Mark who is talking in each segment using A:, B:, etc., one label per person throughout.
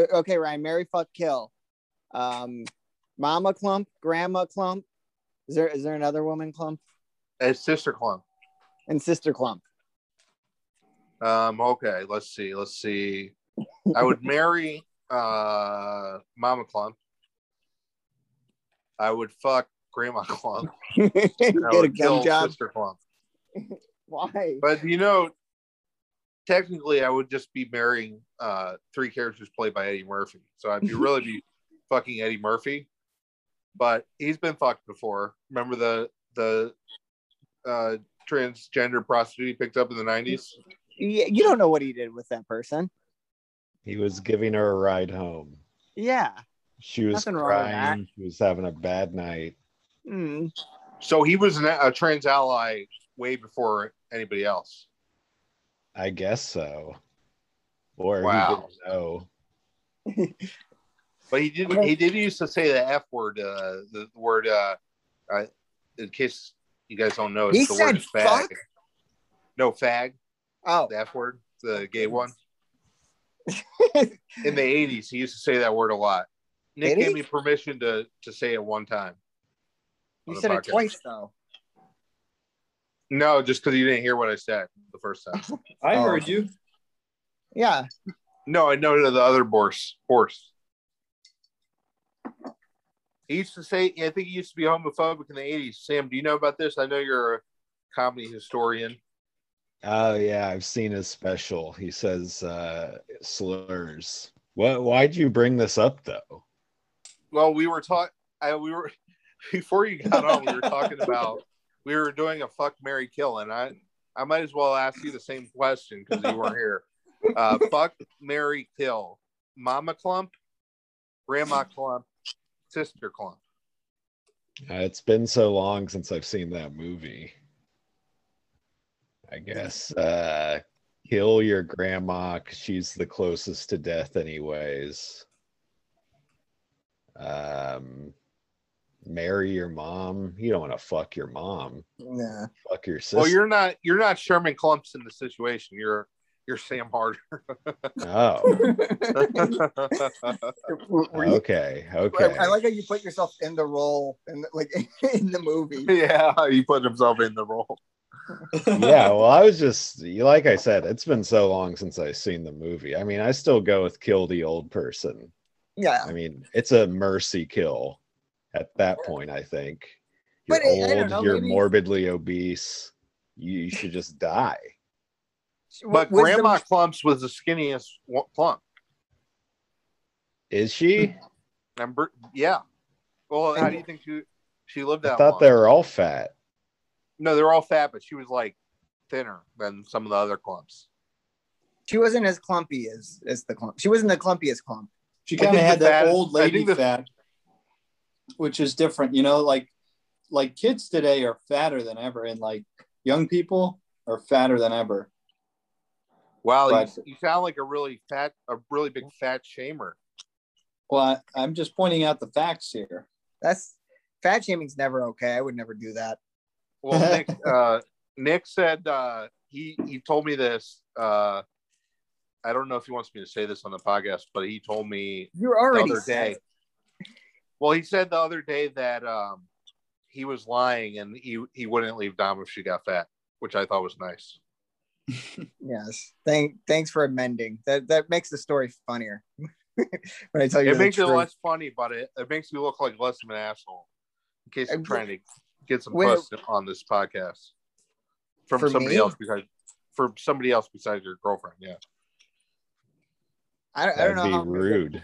A: Uh, okay, Ryan, Mary fuck kill. Um, Mama Clump, Grandma Clump. Is there is there another woman Clump
B: It's Sister Clump.
A: and Sister Clump?
B: Um, okay, let's see, let's see. I would marry uh Mama Clump. I would fuck Grandma Clump.
A: Get
B: and I
A: a
B: would
A: gum
B: kill
A: job.
B: Sister Clump.
A: Why?
B: But you know, technically, I would just be marrying uh three characters played by Eddie Murphy. So I'd be really be fucking Eddie Murphy. But he's been fucked before. Remember the the uh transgender prostitute he picked up in the nineties?
A: Yeah, you don't know what he did with that person.
C: He was giving her a ride home.
A: Yeah.
C: She was
A: Nothing wrong with
C: crying. She was having a bad night.
A: Mm.
B: So he was an, a trans ally way before anybody else.
C: I guess so. Or
B: Wow.
C: he didn't know.
B: But he did he did used to say the f word, uh, the word. Uh, uh, in case you guys don't know, it's
A: He
B: the
A: said
B: word fag.
A: fuck?
B: No fag,
A: Oh,
B: the f word, the gay one. In the eighties, he used to say that word a lot. Nick
A: Did he?
B: gave me permission to to say it one time.
A: you
B: on the
A: said it
B: podcast.
A: twice though.
B: No, just because you didn't hear what I said the first time.
D: I
A: Oh.
D: heard you.
A: Yeah.
B: No, I know the other horse. Horse. He used to say, I think he used to be homophobic in the 80s. Sam, do you know about this? I know you're a comedy historian.
C: Oh yeah, I've seen his special. He says uh slurs. What why'd you bring this up though?
B: Well, we were taught, I we were, before you got on, we were talking about, we were doing a fuck, Mary kill. And I, I might as well ask you the same question because you weren't here. Uh, fuck, Mary kill. Mama clump, grandma clump, sister clump.
C: Uh, it's been so long since I've seen that movie. I guess uh kill your grandma 'cause she's the closest to death anyways. Um marry your mom. You don't want to fuck your mom.
A: Yeah.
C: Fuck your
A: Oh,
C: sister.
B: Well, you're not, you're not Sherman Clumps in the situation. You're, you're Sam Harder.
C: Oh, okay. Okay.
A: I, I like how you put yourself in the role and like in the movie.
B: yeah, he put himself in the role.
C: yeah well i was just like i said it's been so long since i've seen the movie i mean i still go with kill the old person
A: Yeah.
C: i mean it's a mercy kill at that point i think you're
A: But I- I don't
C: old
A: know,
C: you're
A: maybe-
C: morbidly obese you, you should just die
B: But
A: Was the-
B: Grandma Clumps was the skinniest wa- clump.
C: is she
B: Remember? Yeah. Well, how do you think she she lived
C: i
B: that
C: thought
B: long?
C: they were all fat
B: no, they're all fat, but she was like thinner than some of the other clumps.
A: she wasn't as clumpy as as the clump. She wasn't the clumpiest clump.
D: She
B: I think
D: kind of had
B: the
D: that
B: fat-
D: old
B: I
D: lady
B: think the-
D: fat, which is different. You know, like like kids today are fatter than ever, and like young people are fatter than ever.
B: Wow, you,
D: Right.
B: you sound like a really fat, a really big fat shamer.
D: Well, I, I'm just pointing out the facts here.
A: That's fat shaming's never okay. I would never do that.
B: Well, Nick, uh, Nick said uh, he he told me this. Uh, I don't know if he wants me to say this on the podcast, but he told me
A: You're
B: the
A: already
B: other
A: said-
B: day. Well, he said the other day that um, he was lying and he, he wouldn't leave Dom if she got fat, which I thought was nice.
A: Yes. Thank thanks for amending. That that makes the story funnier. when I tell you
B: it
A: the
B: makes it
A: truth.
B: less funny, but it, it makes me look like less of an asshole in case I'm
A: And
B: trying to get some
A: when-
B: puss on this podcast from
A: For
B: somebody
A: me?
B: else besides from somebody else besides your girlfriend. Yeah.
A: I, don't- I
C: that'd
A: don't know.
C: be
A: how I'm gonna get-
C: rude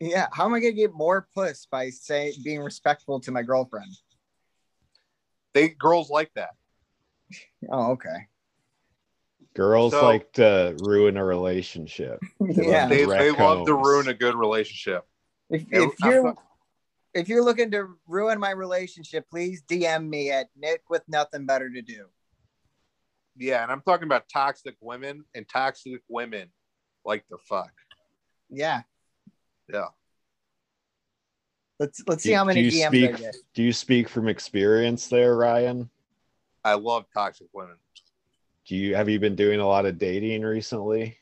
A: yeah. How am I gonna get more puss by saying being respectful to my girlfriend?
B: They girls like that.
A: Oh, okay.
C: girls
B: So-
C: like to ruin a relationship
A: yeah.
B: They, they love to
C: Raccoons.
B: ruin a good relationship.
A: If,
B: Yeah,
A: if
B: I'm
A: you're
B: not-
A: if you're looking to ruin my relationship, please DM me at Nick with nothing better to do.
B: Yeah, and I'm talking about toxic women and toxic women like the fuck.
A: Yeah.
B: Yeah.
A: Let's let's
C: Do-
A: see how
C: do
A: many
C: you
A: DMs I
C: speak-
A: get.
C: do you speak from experience there ryan
B: I love toxic women.
C: do you have you been doing a lot of dating recently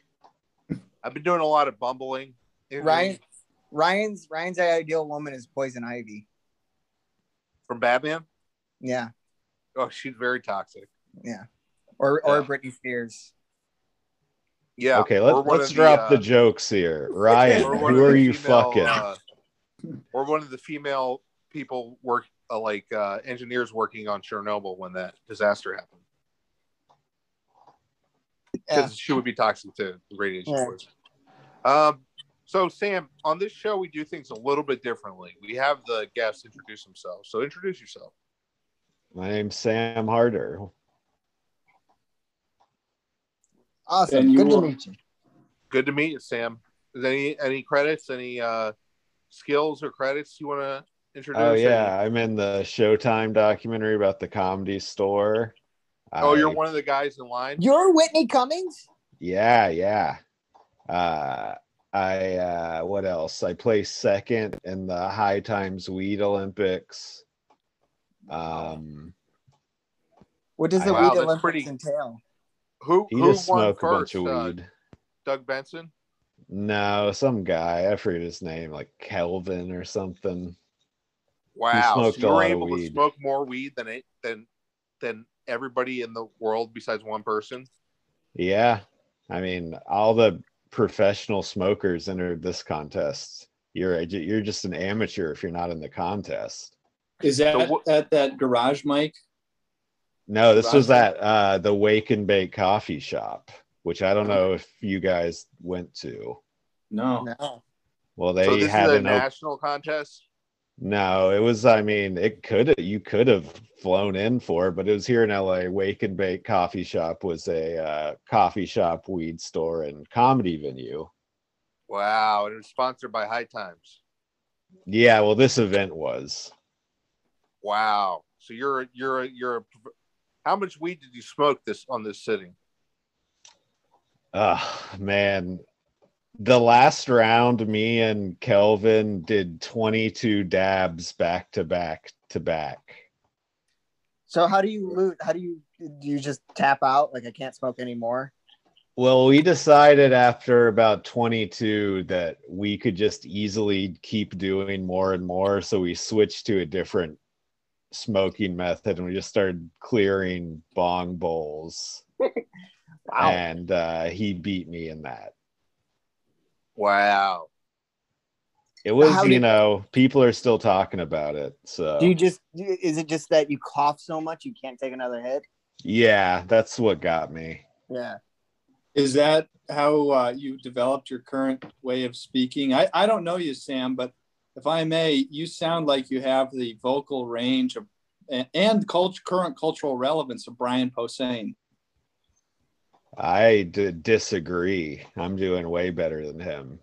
B: I've been doing a lot of bumbling. It-
A: Ryan- Ryan's Ryan's ideal woman is Poison Ivy.
B: from Batman.
A: Yeah,
B: Oh, she's very toxic.
A: yeah, or or
B: Yeah.
A: Britney Spears.
B: Yeah.
C: okay,
B: or
C: let's
B: one
C: let's
B: of
C: drop the,
B: uh,
C: jokes here. Ryan,
B: or one
C: who
B: of
C: are
B: the
C: you
B: female,
C: fucking?
B: uh, or one of the female people work uh, like uh, engineers working on Chernobyl when that disaster happened. Because she would be toxic to the radiation
A: Yeah.
B: poison. Um, so Sam, on this show we do things a little bit differently. We have the guests introduce themselves. So introduce yourself.
C: My name's Sam Harder.
A: Awesome.
D: And you
A: Good to
D: are-
A: meet you.
B: Good to meet you, Sam. Is any any credits, any uh, skills or credits you want to introduce?
C: Oh
B: Any-
C: yeah, I'm in the Showtime documentary about the comedy store.
B: Oh, you're
C: I-
B: one of the guys in line.
A: You're Whitney Cummings.
C: Yeah, yeah. Uh I uh what else? I placed second in the high times weed Olympics. Um
A: What does the
C: Wow,
A: weed
B: that's
A: Olympics
B: pretty-
A: entail?
B: Who
C: he
B: who
C: just
B: won
C: smoked a bunch
B: first?
C: of
B: uh,
C: weed.
B: Doug Benson.
C: no, some guy, I forget his name, like Kelvin or something.
B: Wow,
C: smoked
B: so
C: a
B: you were
C: lot of
B: able to
C: weed.
B: smoke more weed than it than than everybody in the world besides one person.
C: Yeah. I mean, all the professional smokers entered this contest. You're a- you're just an amateur if you're not in the contest.
D: Is that
B: So what-
D: at that garage mic?
C: No, this was
B: Gotcha.
C: at uh, the Wake and Bake Coffee Shop, which I don't know if you guys went to.
D: No.
A: No.
C: Well, they
B: so this
C: had
B: is a
C: an op-
B: national contest.
C: no. It was, I mean, it could you could have flown in for, it, but it was here in L.A. Wake and Bake Coffee Shop was a uh, coffee shop, weed store, and comedy venue.
B: Wow, and it was sponsored by High Times.
C: Yeah, well, this event was.
B: Wow, so you're you're you're a, how much weed did you smoke this on this sitting?
C: Oh man. The last round, me and Kelvin did 22 dabs back to back to back.
A: So how do you loot? How do you do? You just tap out? Like I can't smoke anymore.
C: Well, we decided after about 22 that we could just easily keep doing more and more. So we switched to a different smoking method and we just started clearing bong bowls.
A: Wow.
C: And uh, he beat me in that.
B: Wow,
C: It was,
A: How
C: you
A: did-
C: know, people are still talking about it. So,
A: Do you just? Is it just that you cough so much you can't take another hit?
C: yeah, that's what got me.
A: Yeah.
D: Is that how uh, you developed your current way of speaking? I, I don't know you, Sam, but if I may, you sound like you have the vocal range of and, and cult, current cultural relevance of Brian Posehn.
C: I d- disagree. I'm doing way better than him.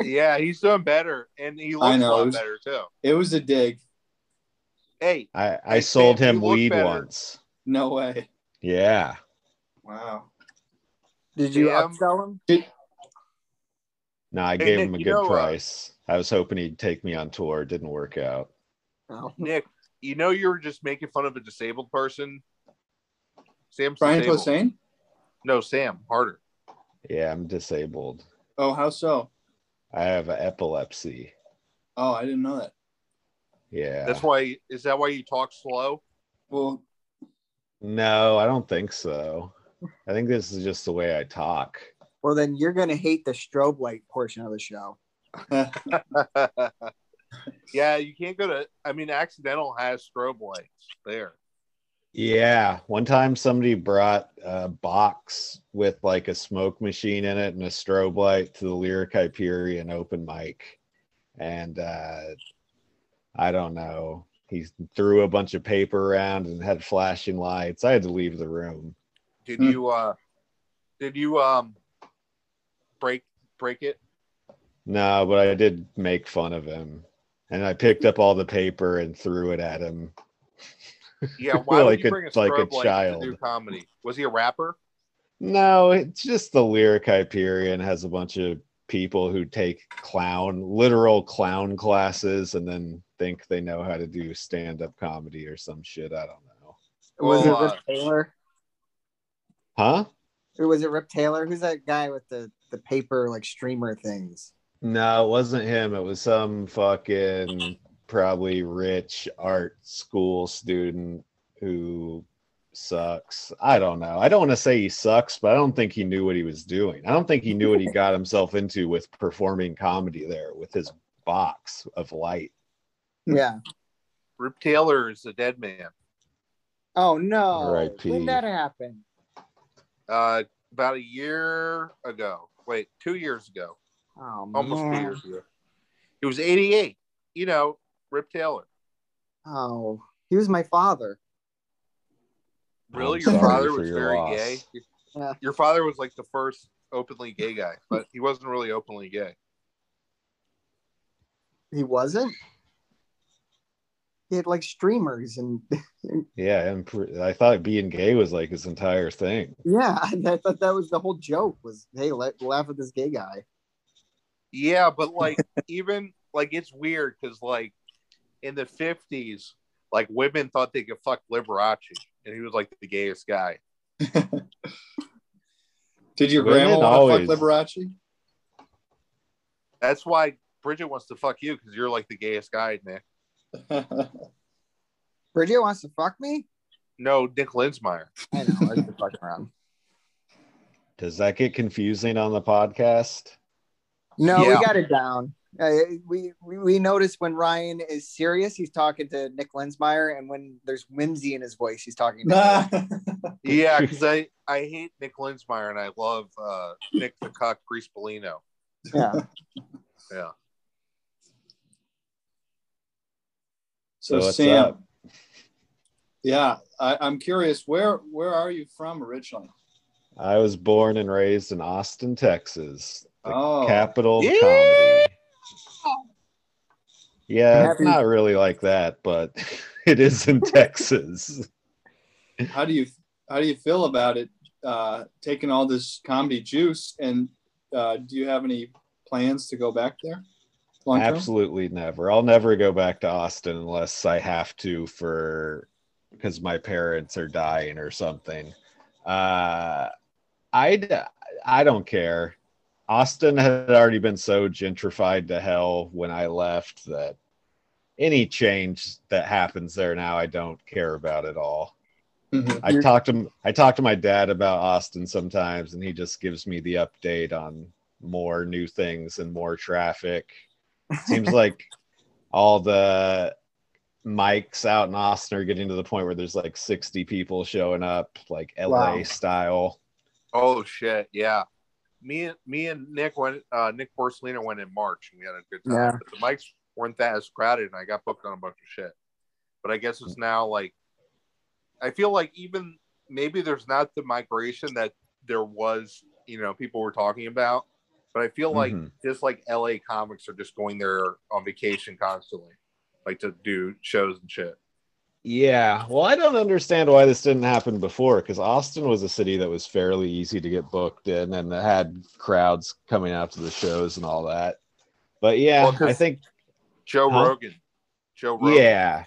B: yeah, he's doing better, and he looks a
D: know, it
B: lot
D: was-
B: better too.
D: it was a dig.
B: Hey,
C: I, I
B: Hey,
C: sold
B: Sam, you
C: him
B: look
C: weed
B: better.
C: once.
D: No way.
C: Yeah.
D: Wow.
A: Did you
B: Damn.
A: upsell him?
C: No, I
B: Hey,
C: gave
B: Nick,
C: him a
B: you
C: good
B: know, uh,
C: price. I was hoping he'd take me on tour. It didn't work out.
A: No.
B: Nick, you know you were just making fun of a disabled person. Sam's
D: Brian
B: disabled.
D: Posehn?
B: No, Sam Harder.
C: Yeah, I'm disabled.
D: Oh, how so?
C: I have epilepsy.
D: Oh, I didn't know that.
C: Yeah.
B: That's why. Is that why you talk slow?
D: Well,
C: no, I don't think so. I think this is just the way I talk.
A: Well, then you're gonna hate the strobe light portion of the show.
B: yeah, you can't go to. I mean, accidental has strobe lights there.
C: Yeah. One time somebody brought a box with like a smoke machine in it and a strobe light to the Lyric Hyperion open mic. And uh, I don't know. He threw a bunch of paper around and had flashing lights. I had to leave the room.
B: Did
D: Hmm.
B: you? uh Did you um break break it?
C: No, but I did make fun of him. And I picked up all the paper and threw it at him.
B: Yeah. Why
C: Like
B: would you
C: a-
B: bring a
C: like a
B: strobe light
C: child.
B: to do comedy? Was he a rapper?
C: No, it's just the Lyric Hyperion has a bunch of people who take clown, literal clown classes and then think they know how to do stand up comedy or some shit. I don't know.
A: Was
B: Well,
A: it Rip Taylor?
C: Huh?
A: Or was it Rip Taylor? Who's that guy with the the paper like streamer things.
C: No, it wasn't him. It was some fucking probably rich art school student who sucks. I don't know. I don't want to say he sucks, but I don't think he knew what he was doing. I don't think he knew what he got himself into with performing comedy there with his box of light.
B: Hmm.
A: Yeah.
B: Rip Taylor is a dead man.
A: Oh no.
C: R.I.P..
A: When that happened?
B: Uh, about a year ago. Wait, two years ago.
A: Oh,
B: Almost two
A: man.
B: years ago. He was 88. You know, Rip Taylor.
A: Oh, he was my father.
B: Really,
C: I'm
B: your
C: sorry
B: father
C: for
B: was
C: your
B: very
C: loss.
B: gay.
A: Yeah.
B: Your father was like the first openly gay guy, but he wasn't really openly gay.
A: He wasn't. He had like streamers and
C: Yeah, and pr- I thought being gay was like his entire thing.
A: yeah, I thought that was the whole joke was hey, let laugh at this gay guy.
B: Yeah, but like even like it's weird because like in the fifties, like women thought they could fuck Liberace, and he was like the gayest guy.
D: Did your
C: Women
D: grandma want
C: always-
D: to fuck Liberace?
B: That's why Bridget wants to fuck you because you're like the gayest guy, Nick.
A: Bridget wants to fuck me?
B: No, Nick Linsmeyer.
A: I know, I just fucking around.
C: Does that get confusing on the podcast?
A: No,
B: Yeah.
A: we got it down. Uh, we, we we notice when Ryan is serious, he's talking to Nick Lensmeyer, and when there's whimsy in his voice, he's talking. To
D: Nah.
B: Yeah, because I I hate Nick Linsmeyer and I love uh, Nick the Cock Greasepolino.
A: Yeah.
B: Yeah.
D: so,
C: what's
D: Sam,
C: up?
D: yeah, I, I'm curious, where where are you from originally?
C: I was born and raised in Austin, Texas, the
D: Oh,
C: capital of
B: Yeah.
C: comedy. Yeah, it's
A: Happy-
C: not really like that, but it is in Texas.
D: how do you how do you feel about it? Uh, taking all this comedy juice, and uh, do you have any plans to go back there? Long term?
C: Absolutely never. I'll never go back to Austin unless I have to for because my parents are dying or something. Uh, I I don't care. Austin had already been so gentrified to hell when I left that any change that happens there now I don't care about at all.
D: Mhm.
C: I talked to I talk to my dad about Austin sometimes, and he just gives me the update on more new things and more traffic. Seems like all the mics out in Austin are getting to the point where there's like 60 people showing up, like LA
D: Wow.
C: style.
B: Oh shit, yeah. Me and me and Nick went uh Nick Porcelina went in March and we had a good time.
A: Yeah.
B: But the mics weren't that as crowded and I got booked on a bunch of shit. But I guess
C: Mm.
B: it's now like I feel like even maybe there's not the migration that there was, you know, people were talking about. But I feel like
C: Mhm.
B: just like LA comics are just going there on vacation constantly, like to do shows and shit.
C: Yeah. Well, I don't understand why this didn't happen before because Austin was a city that was fairly easy to get booked in and that had crowds coming out to the shows and all that. But yeah,
B: Well, 'cause-
C: I think
B: Joe
C: Huh?
B: Rogan. Joe Rogan.
C: Yeah.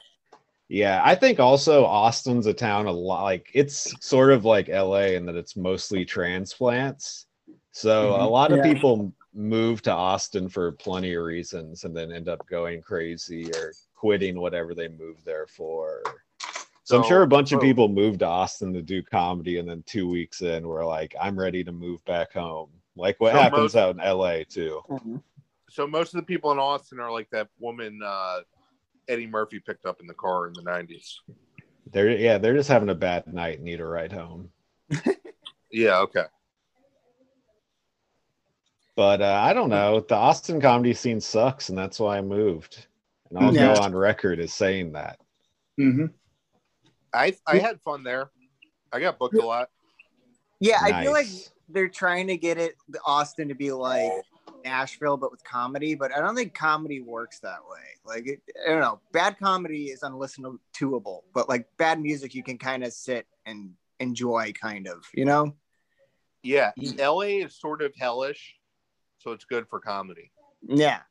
C: Yeah. I think also Austin's a town a lot like it's sort of like LA in that it's mostly transplants. So a
B: Mm-hmm.
D: Mhm.
C: lot of
A: Yeah.
C: people move to Austin for plenty of reasons and then end up going crazy or quitting whatever they move there for. So I'm
B: So-
C: sure a bunch of
B: so-
C: people moved to Austin to do comedy and then two weeks in were like, I'm ready to move back home. Like what
B: So
C: happens
B: most-
C: out in LA too.
B: so most of the people in Austin are like that woman uh, Eddie Murphy picked up in the car in the nineties.
C: They're yeah, they're just having a bad night and need a ride home.
B: Yeah, okay.
C: but uh, I don't know. The Austin comedy scene sucks, and that's why I moved. And I'll
A: Yeah.
C: go on record as saying that.
D: Mhm.
B: I I had fun there. I got booked a lot.
A: Yeah, I feel like
C: Nice.
A: they're trying to get it Austin to be like Nashville, but with comedy. But I don't think comedy works that way. Like it, I don't know, bad comedy is unlistenable, but like bad music, you can kind of sit and enjoy, kind of, you know.
B: Yeah, L.A. is sort of hellish, so it's good for comedy.
A: Yeah,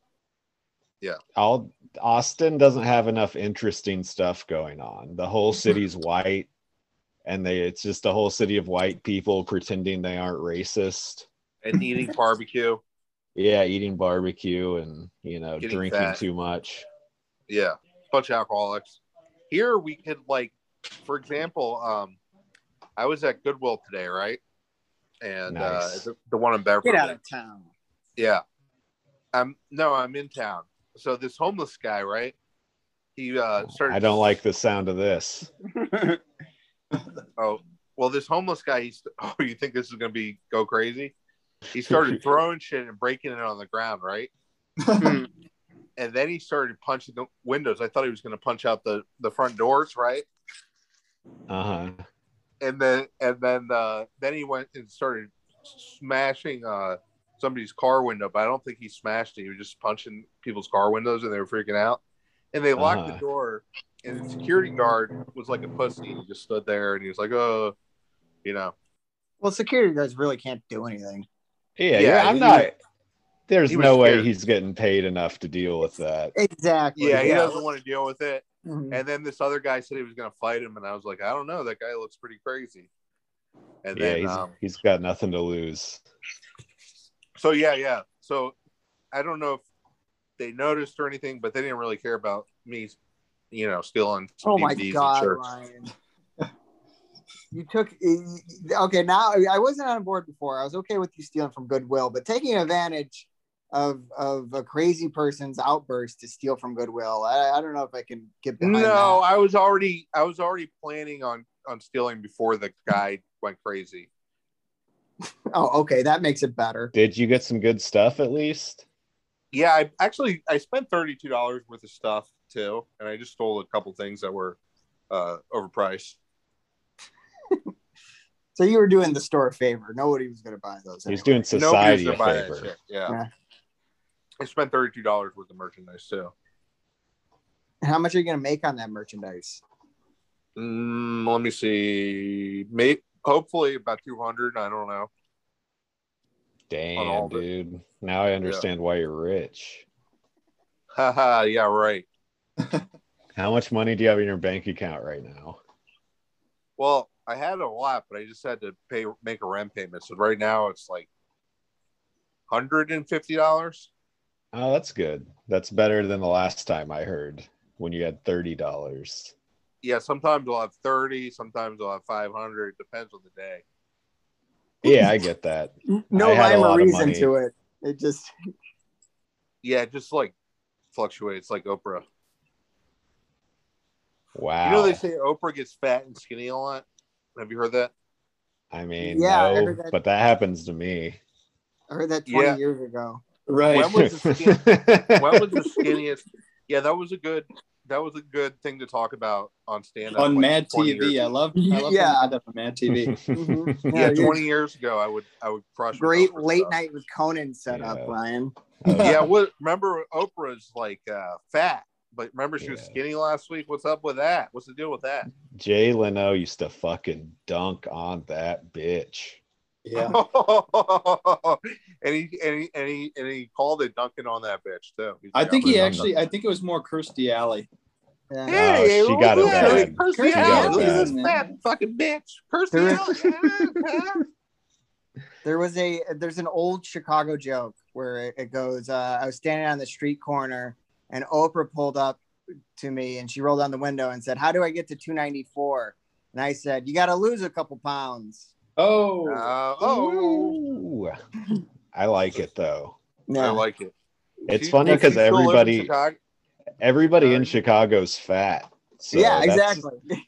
C: All Austin doesn't have enough interesting stuff going on. The whole city's white, and they it's just a whole city of white people pretending they aren't racist.
B: and eating barbecue.
C: Yeah, eating barbecue and you know
B: Getting
C: drinking
B: fat.
C: too much.
B: Yeah, bunch of alcoholics. Here we could like, for example, um, I was at Goodwill today, right? And
C: Nice.
B: uh, the, the one in Beverly.
A: Get out of town.
B: Yeah. I'm no, I'm in town. So this homeless guy, right? He uh started
C: Oh, I don't like the sound of this.
B: oh well this homeless guy he's oh you think this is gonna be go crazy? He started throwing shit and breaking it on the ground, right?
A: Hmm.
B: And then he started punching the windows. I thought he was gonna punch out the the front doors, right?
C: Uh huh.
B: And then and then uh then he went and started smashing uh somebody's car window, but I don't think he smashed it. He was just punching people's car windows and they were freaking out. And they locked
C: Uh-huh.
B: the door and the security guard was like a pussy. He just stood there and he was like, Oh, you know.
A: Well, security guards really can't do anything.
C: Yeah, yeah.
B: Yeah,
C: I'm
B: he-
C: not. There's
B: he was
C: no way
B: scared.
C: he's getting paid enough to deal with that.
A: Exactly.
B: Yeah, he doesn't want to deal with it.
A: Mhm.
B: And then this other guy said he was gonna fight him and I was like, I don't know, that guy looks pretty crazy. And
C: Yeah,
B: then
C: he's,
B: um,
C: he's got nothing to lose.
B: so yeah, yeah. So I don't know if they noticed or anything, but they didn't really care about me, you know, stealing some
A: Oh my
B: DVDs and
A: god,
B: shirts.
A: Ryan. You took okay. Now I wasn't on board before. I was okay with you stealing from Goodwill, but taking advantage of of a crazy person's outburst to steal from Goodwill, I, I don't know if I can get behind
B: No, I was already I was already planning on on stealing before the guy went crazy.
A: that. Oh, okay, that makes it better.
C: Did you get some good stuff at least?
B: Yeah, I actually I spent thirty two dollars worth of stuff too, and I just stole a couple things that were uh, overpriced.
A: So you were doing the store a favor. Nobody was going to buy those.
C: He's
A: anyway.
C: doing society a
B: Nobody's gonna buy that
C: favor.
B: shit. Yeah.
A: Yeah.
B: I spent thirty two dollars worth of merchandise too.
A: How much are you going to make on that merchandise?
B: Mm, let me see. Maybe hopefully about two hundred. I don't know. On all
C: Damn,
B: of it.
C: dude. Now I understand why you're rich.
B: Haha, yeah, right.
C: How much money do you have in your bank account right now?
B: Well, I had a lot, but I just had to pay make a rent payment. So right now it's like hundred and fifty dollars.
C: Oh, that's good. That's better than the last time I heard when you had thirty dollars.
B: Yeah, sometimes I'll have thirty, sometimes I'll have five hundred. Depends on the day.
C: Yeah, I get that.
A: No
C: I had a
A: rhyme
C: lot
A: or
C: of
A: reason
C: money.
A: to it. It just
B: Yeah, it just like fluctuates, like Oprah.
C: Wow.
B: You know they say Oprah gets fat and skinny a lot. Have you heard that?
C: I mean,
A: Yeah, I
C: no,
A: heard that.
C: but that happens to me.
A: I heard that twenty
B: Yeah.
A: years ago.
D: right.
B: When was the skin- What was the skinniest? Yeah, that was a good. That was a good thing to talk about on stand up
D: on Mad TV. I love, I love
A: Yeah.
D: yeah. that on Mad TV.
A: Mhm.
B: Yeah,
A: Yeah,
B: twenty years ago, I would I would crush. with
A: Great
B: Oprah
A: late
B: stuff.
A: night with Conan set up,
C: Yeah.
A: Ryan.
B: Yeah, what? Remember Oprah's like uh, fat, but remember she was
C: Yeah.
B: skinny last week. What's up with that? What's the deal with that?
C: Jay Leno used to fucking dunk on that bitch.
D: Yeah.
B: and he and he and he and he called it dunking on that bitch too. He's
D: I
B: like,
D: think
B: I'm
D: he
B: gonna-
D: actually, I think it was more Kirstie Alley.
A: Yeah.
B: Hey,
C: Oh, she got it
B: look at
C: bad.
B: Kirstie
D: Kirstie
B: Alley, look
C: got
B: at
C: it
B: this
D: bad.
B: fat fucking bitch. Kirstie
A: There-
B: Alley.
A: There was a there's an old Chicago joke where it, it goes. Uh, I was standing on the street corner, and Oprah pulled up to me, and she rolled down the window and said, "How do I get to 294?" And I said, "You got to lose a couple pounds."
D: Oh,
B: Uh, oh,
C: Ooh. I like it though.
B: I
A: No,
B: like it.
C: It's
B: She-
C: funny
B: does she
C: 'cause
B: still live in
C: everybody-
B: Chicago?
C: Everybody in
B: Uh,
C: Chicago's fat. So
A: yeah,
C: that's-
A: exactly.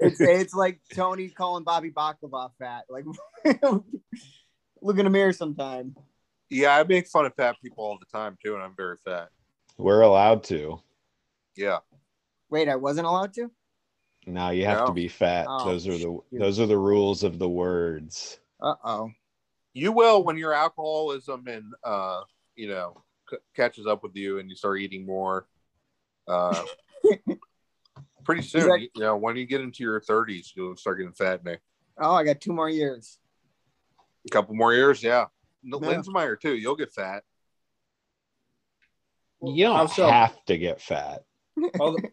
A: it's it's like Tony calling Bobby Baklava fat. Like, look in the mirror sometime.
B: Yeah, I make fun of fat people all the time too, and I'm very fat.
C: We're allowed to.
B: Yeah,
A: Wait, I wasn't allowed to.
C: Now you have
B: No.
C: to be fat.
A: Oh,
C: those are the those are the rules of the words.
A: Uh oh.
B: you will when your alcoholism and uh, you know c- catches up with you, and you start eating more. Uh, pretty soon,
A: He's like-
B: you know, when you get into your 30s, you'll start getting fat. In a
A: Oh, I got two more years.
B: couple more years, yeah. No.
A: Yeah.
B: Linsmeyer too, you'll get fat.
C: You
D: How
C: don't
D: so?
C: have to get fat.
D: All the-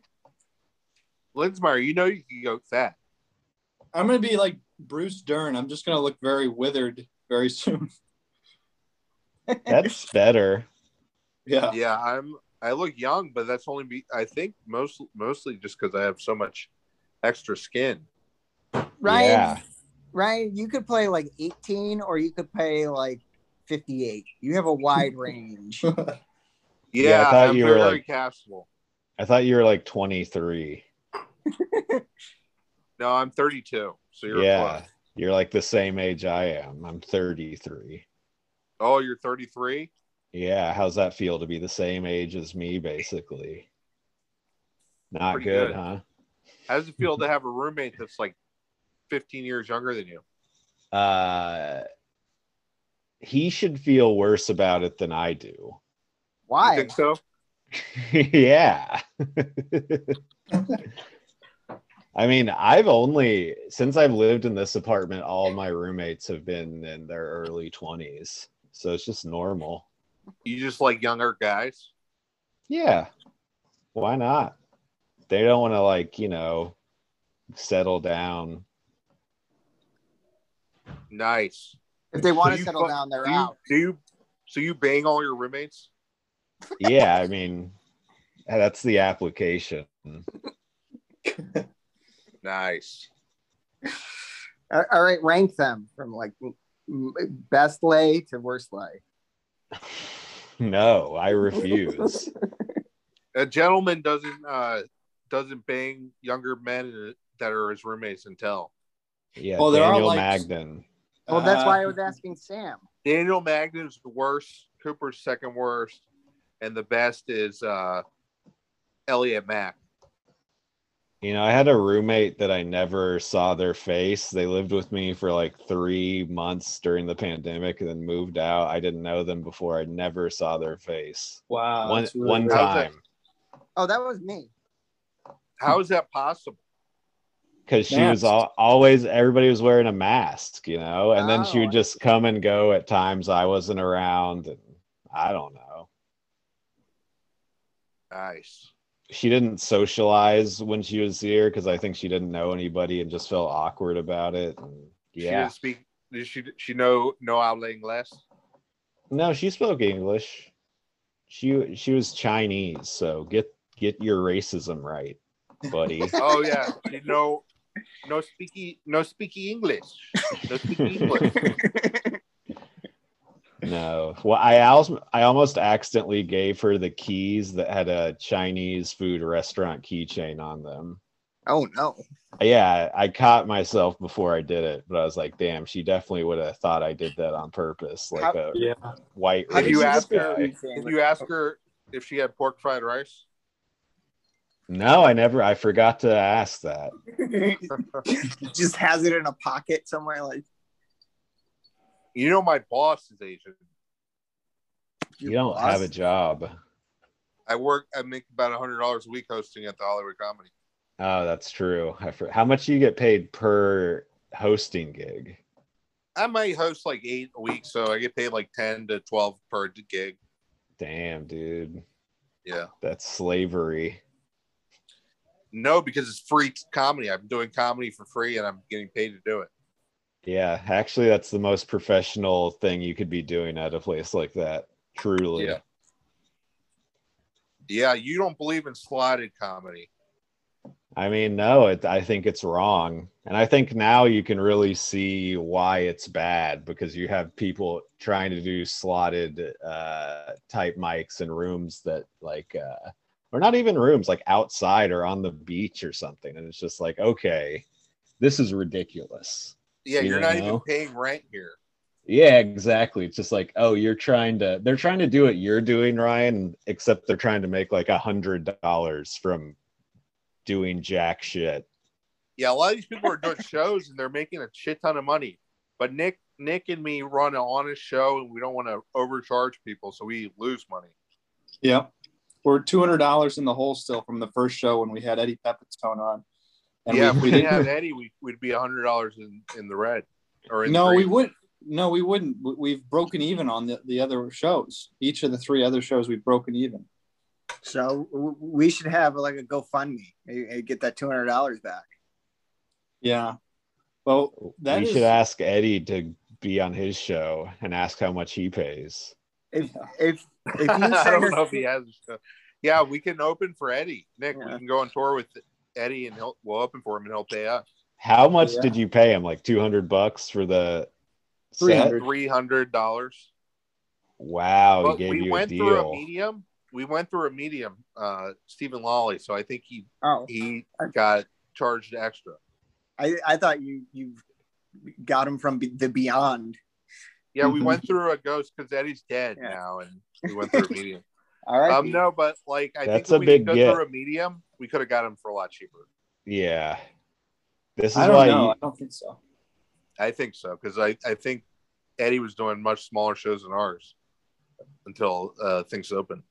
B: Linsmeyer, you know you can go fat.
D: I'm going to be like Bruce Dern. I'm just going to look very withered, very soon.
C: That's better.
D: yeah.
B: yeah i'm i look young but that's only be i think most mostly just because i have so much extra skin
A: Ryan,
C: Yeah.
A: Ryan, you could play like 18 or you could play like 58. You have a wide range.
B: yeah,
C: I thought
B: i'm
C: you were
B: very
C: like-
B: castable
C: I thought you were like 23.
B: no i'm 32 so you're
C: yeah.
B: close.
C: You're like the same age I am. I'm 33.
B: oh you're 33
C: Yeah. How's that feel to be the same age as me, basically? Not
B: Pretty
C: good,
B: good.
C: huh?
B: how does it feel to have a roommate that's like 15 years younger than you
C: Uh, he should feel worse about it than I do.
B: you
A: Why?
B: think so
C: yeah. I mean, I've only since I've lived in this apartment, all my roommates have been in their early 20s. So it's just normal.
B: you just like younger guys
C: Yeah. Why not? They don't want to like, you know, settle down.
B: nice
A: If they want
B: So
A: to
B: you
A: settle
B: fu-
A: down, they're
B: do you,
A: out.
B: do you so you bang all your roommates
C: Yeah, I mean, that's the application.
B: nice
A: All- All right, rank them from like m- best lay to worst lay.
C: No, I refuse.
B: a gentleman doesn't uh doesn't bang younger men that are his roommates until
C: Yeah,
D: Well, there are,
C: Daniel
D: like-
C: Magden.
A: Well, that's why I
D: Uh,
A: was asking Sam.
B: Daniel Magnum's the worst, Cooper's second worst, and the best is uh Elliot Mack.
C: You know, I had a roommate that I never saw their face. They lived with me for like three months during the pandemic and then moved out. I didn't know them before. I never saw their face.
D: Wow.
C: One
D: Uh, that's really
C: one
D: weird.
B: How's that-
C: time
A: Oh, that was me.
B: How is that possible?
C: because she was
D: Masked.
C: al- always everybody was wearing a mask, you know, and then she
A: Oh,
C: would
A: I
C: just come and go at times I wasn't around. And I don't know.
B: Nice.
C: She didn't socialize when she was here because I think she didn't know anybody and just felt awkward about it. And
B: She
C: yeah,
B: didn't speak did she she know no habla inglés?
C: no, she spoke English. She she was Chinese, so get get your racism right, buddy.
B: Oh yeah. She no no speaky no speaky English. No speaky English.
C: No. Well, I almost I almost accidentally gave her the keys that had a Chinese food restaurant keychain on them.
A: Oh no.
C: Yeah, I caught myself before I did it, but I was like, "Damn, she definitely would have thought I did that on purpose." Like a
D: Yeah.
C: white
A: How
B: Did you
C: racist
B: ask her-
C: guy.
B: Did you ask her if she had pork fried rice?
C: No, I never. I forgot to ask that.
A: Just has it in a pocket somewhere. Like
B: You know my boss is Asian.
C: You don't have a
A: boss?
C: job.
B: I work I make about hundred dollars a week hosting at the Hollywood Comedy.
C: Oh, that's true. I for, how much do you get paid per hosting gig?
B: I might host like eight a week, so I get paid like ten to twelve per gig.
C: Damn, dude,
B: Yeah.
C: that's slavery.
B: No, because it's free comedy. I'm doing comedy for free, and I'm getting paid to do it.
C: Yeah, actually, that's the most professional thing you could be doing at a place like that. Truly.
B: Yeah. Yeah, you don't believe in slotted comedy.
C: I mean, no, it, I think it's wrong. And I think now you can really see why it's bad because you have people trying to do slotted uh, type mics in rooms that, like, uh, or not even rooms, like outside or on the beach or something. And it's just like, okay, this is ridiculous.
B: Yeah,
C: You
B: you're not
C: know?
B: even paying rent here.
C: Yeah, exactly. It's just like, oh, you're trying to, they're trying to do what you're doing, Ryan, except they're trying to make like a hundred dollars from doing jack shit.
B: Yeah, a lot of these people are doing shows, and they're making a shit ton of money. But Nick, Nick, and me run an honest show, and we don't want to overcharge people, so we lose money.
D: Yep. We're two hundred dollars in the hole still from the first show when we had Eddie Pepitone on.
B: yeah, if
D: we,
B: we
D: we
B: didn't
D: didn't.
B: have any, we, we'd be hundred dollars in in the red. Or in the
D: No,
B: green.
D: we would. No, we wouldn't. We- We've broken even on the, the other shows. Each of the three other shows, we've broken even.
A: So w- we should have like a GoFundMe. Maybe- maybe Get that two hundred dollars back.
D: Yeah. Well, that
C: we
D: is-
C: should ask Eddie to be on his show and ask how much he pays.
A: If if if you send
B: I don't
A: us-
B: know if he has. a show. Yeah, we can open for Eddie. Nick, we
A: Yeah.
B: can go on tour with Eddie, and he'll we'll open for him, and he'll pay us
C: How much
D: Yeah.
C: did you pay him? Like two hundred bucks for the set?
D: 300.
B: three hundred dollars.
C: Wow, Oh, he
B: But
C: gave
B: we
C: you
B: went
C: a
B: through a
C: deal.
B: medium. We went through a medium, uh, Stephen Lawley. So I think he
A: oh,
B: he got charged extra.
A: I I thought you you got him from be- the beyond.
B: Yeah, we
C: Mm-hmm.
D: Mhm.
B: went through a ghost because Eddie's dead
A: Yeah.
B: now, and we went through a medium.
A: All right.
B: um, no, but like I think
C: That's
B: if
C: a
B: we
C: big
B: could go
C: get.
B: through a medium, we could have got him for a lot cheaper.
C: Yeah, this is
D: I don't
C: why.
D: know. I
C: You,
D: don't think so.
B: I think so because I I think Eddie was doing much smaller shows than ours until uh, things open.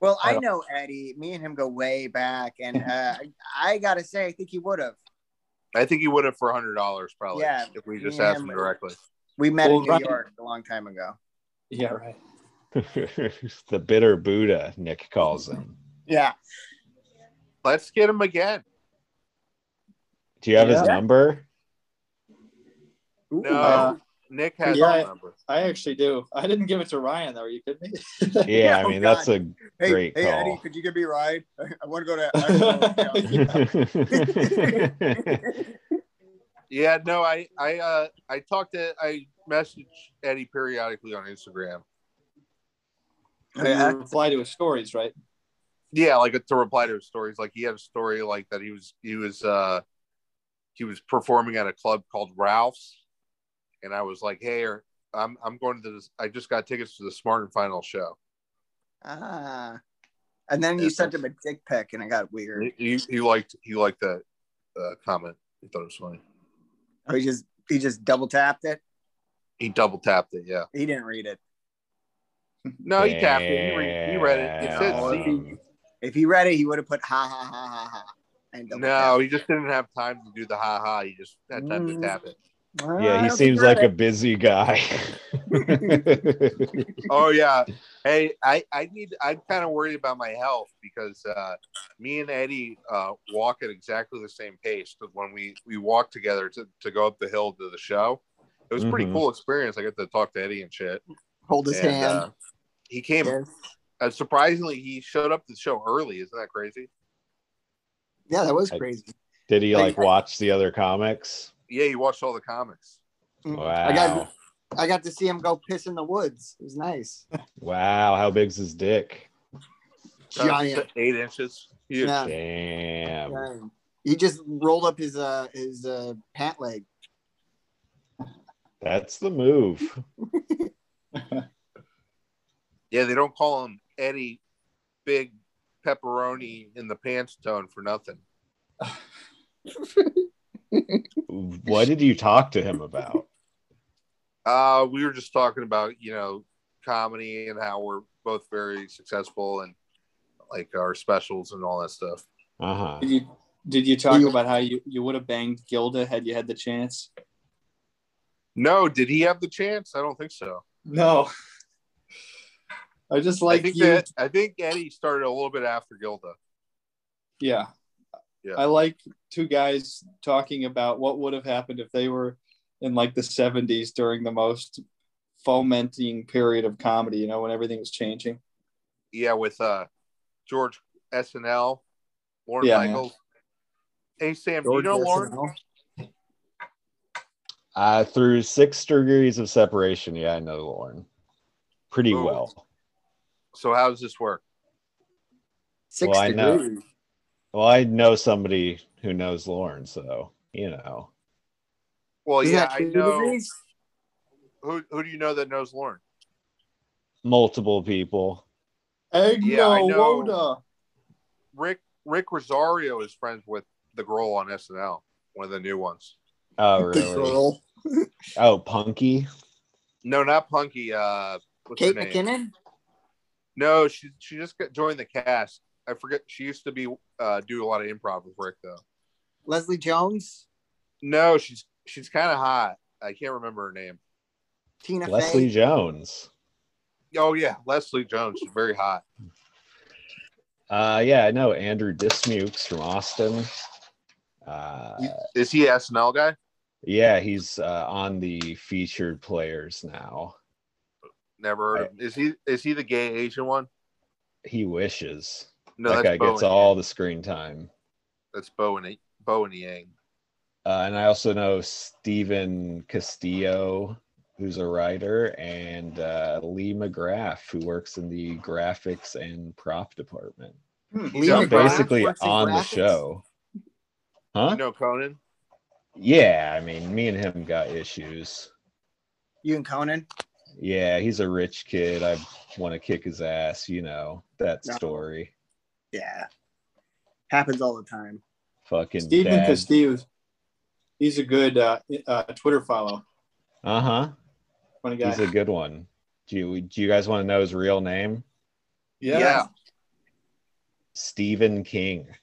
A: Well, I,
D: I
C: Uh,
D: don't-
A: know Eddie. Me and him go way back, and uh, I gotta say, I think he would have.
B: I think he would have for hundred dollars probably
A: Yeah,
B: if we
A: me
B: just
A: and
B: asked him
A: him.
B: directly.
A: We met
D: Well,
A: in New
D: Ryan-
A: York a long time ago.
D: Yeah, right.
C: the bitter Buddha, Nick calls him.
A: Yeah,
B: Let's get him again.
C: Do you have his
D: Yeah.
C: number?
A: Ooh,
B: No,
D: Uh,
B: Nick has
D: yeah,
B: the number.
D: I actually do. I didn't give it to Ryan though. Are you kidding me?
C: Yeah, I
A: Oh,
C: mean
A: God.
C: that's a
A: hey,
C: great
A: hey,
C: call.
A: Eddie, could you give me a ride? I want to go to. I
B: Yeah, no, I I uh I talked to I message Eddie periodically on Instagram.
D: You reply to his stories, right?
B: Yeah, like uh, to reply to his stories. Like he had a story like that he was he was uh he was performing at a club called Ralph's, and I was like, hey, are, I'm I'm going to this. I just got tickets to the Smart and Final show.
A: ah, and then you
B: Yes,
A: sent
B: yes.
A: him a dick pic, and it got weird.
B: He, he- he liked he liked that uh, comment. He thought it was funny.
A: Oh, he just he just double tapped it.
B: He double tapped it. Yeah.
A: He didn't read it.
B: No, he tapped it. He, re- he read it. It said
A: Damn.
B: Z.
C: Damn.
A: If he read it, he would have put ha ha ha ha ha. And double
B: No, he just didn't have time to do the ha ha. He just had time to
A: Mm.
B: tap it.
A: tapped. Well, I
C: yeah, he
A: don't
C: seems
A: regret
C: like a busy guy.
B: Oh yeah. Hey, I I need. I'm kind of worried about my health because uh, me and Eddie uh, walk at exactly the same pace. Because when we we walked together to to go up the hill to the show, it was a pretty
A: Mm-hmm.
C: Mhm.
B: cool experience. I got to talk to Eddie and shit.
A: it. hold his
B: and,
A: hand.
B: uh, he came.
A: Yes.
B: Uh, surprisingly, he showed up to the show early. Isn't that crazy?
A: Yeah, that was
C: I-
A: crazy.
C: Did he like watch the other comics?
B: Yeah, he watched all the comics.
A: Mm.
C: Wow.
A: I got I got to see him go piss in the woods. It was nice.
C: Wow, how big's his dick?
B: Uh,
A: Giant.
B: eight inches. Huge.
A: Yeah.
C: Damn.
A: Giant. He just rolled up his uh his uh pant leg.
C: That's the move.
B: Yeah, they don't call him Eddie Big Pepperoni in the Pants Tone for nothing.
C: What did you talk to him about?
B: Uh, we were just talking about you know comedy and how we're both very successful and like our specials and all that stuff.
C: Uh huh.
D: Did you did you talk
A: You-
D: about how you you would have banged Gilda had you had the chance?
B: No, did he have the chance? I don't think so.
D: No. I just
B: I
D: like
B: think
D: you.
B: that I think Eddie started a little bit after Gilda.
D: yeah.
B: Yeah.
D: I like two guys talking about what would have happened if they were in like the 70s during the most fomenting period of comedy, you know, when everything was changing.
B: Yeah, with uh George SNL, Lauren
D: Yeah,
B: Michaels. Hey Sam, do you
A: George
B: know Lauren?
A: SNL.
C: Uh, through six degrees of separation, yeah, I know Lauren pretty
A: Oh.
B: Ooh.
C: well.
B: So how does this work?
A: Six
C: Well, I know.
A: degrees.
C: Well, I know somebody who knows Lauren, so you know.
B: Well,
A: Isn't
B: yeah,
A: that
B: I
A: two
B: know.
A: degrees?
B: Who, who do you know that knows Lauren?
C: multiple people.
D: Egg
B: Yeah, I know.
D: Woda.
B: Rick Rick Rosario is friends with the girl on SNL, one of the new ones.
C: Oh,
A: The
C: really?
A: girl.
C: Oh, Punky.
B: No, not Punky. Uh, what's
A: Kate
B: her name?
A: McKinnon?
B: No, she she just got, joined the cast. I forget. She used to be uh, do a lot of improv with Rick though.
A: Leslie Jones?
B: No, she's she's kind of hot. I can't remember her name.
A: Tina
C: Leslie
A: Fey?
C: Jones.
B: Oh yeah, Leslie Jones. She's very hot.
C: Uh, yeah, I know Andrew Dismukes from Austin. Uh,
B: Is he a SNL guy?
C: Yeah, he's uh, on the featured players now.
B: Never heard of him. Is he is he the gay Asian one?
C: He wishes
B: No,
C: that
B: that's
C: guy
B: Bowen.
C: gets all the screen time.
B: That's Bowen Bowen Yang.
C: Uh, and I also know Steven Castillo, who's a writer, and uh, Lee McGrath, who works in the graphics and prop department.
B: He's
A: Lee
C: So
B: on
C: I'm
A: McGrath
B: Conan.
C: basically
A: works in
C: on the
A: graphics?
C: show.
B: You
C: Huh?
B: know Conan?
C: Yeah, I mean, me and him got issues.
A: You and Conan?
C: Yeah, he's a rich kid. I want to kick his ass, you know, that
A: No.
C: story.
A: Yeah. Happens all the time.
C: Fucking
D: Stephen
C: dad.
D: Castillo, he's a good uh, uh, Twitter follow.
C: uh-huh.
D: Funny guy.
C: He's a good one. Do you, do you guys want to know his real name?
D: yeah.
B: Yeah.
C: Stephen King.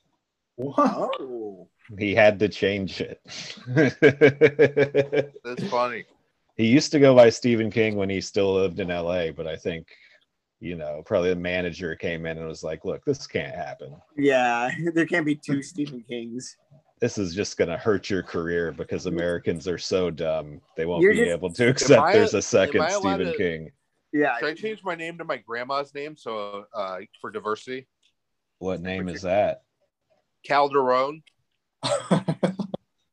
D: Wow.
A: Oh.
C: He had to change it.
B: That's funny.
C: he used to go by Stephen King when he still lived in LA, but I think, you know, probably the manager came in and was like, look, this can't happen.
A: Yeah. There can't be two Stephen Kings.
C: This is just going to hurt your career because Americans are so dumb. They won't
A: You're
C: be
A: just-
C: able to accept
B: I-
C: there's
B: am
C: a second
B: I allowed
C: Stephen
B: to-
C: King.
A: Yeah.
B: Should I change my name to my grandma's name so uh, for diversity?
C: What name is that?
B: Calderon.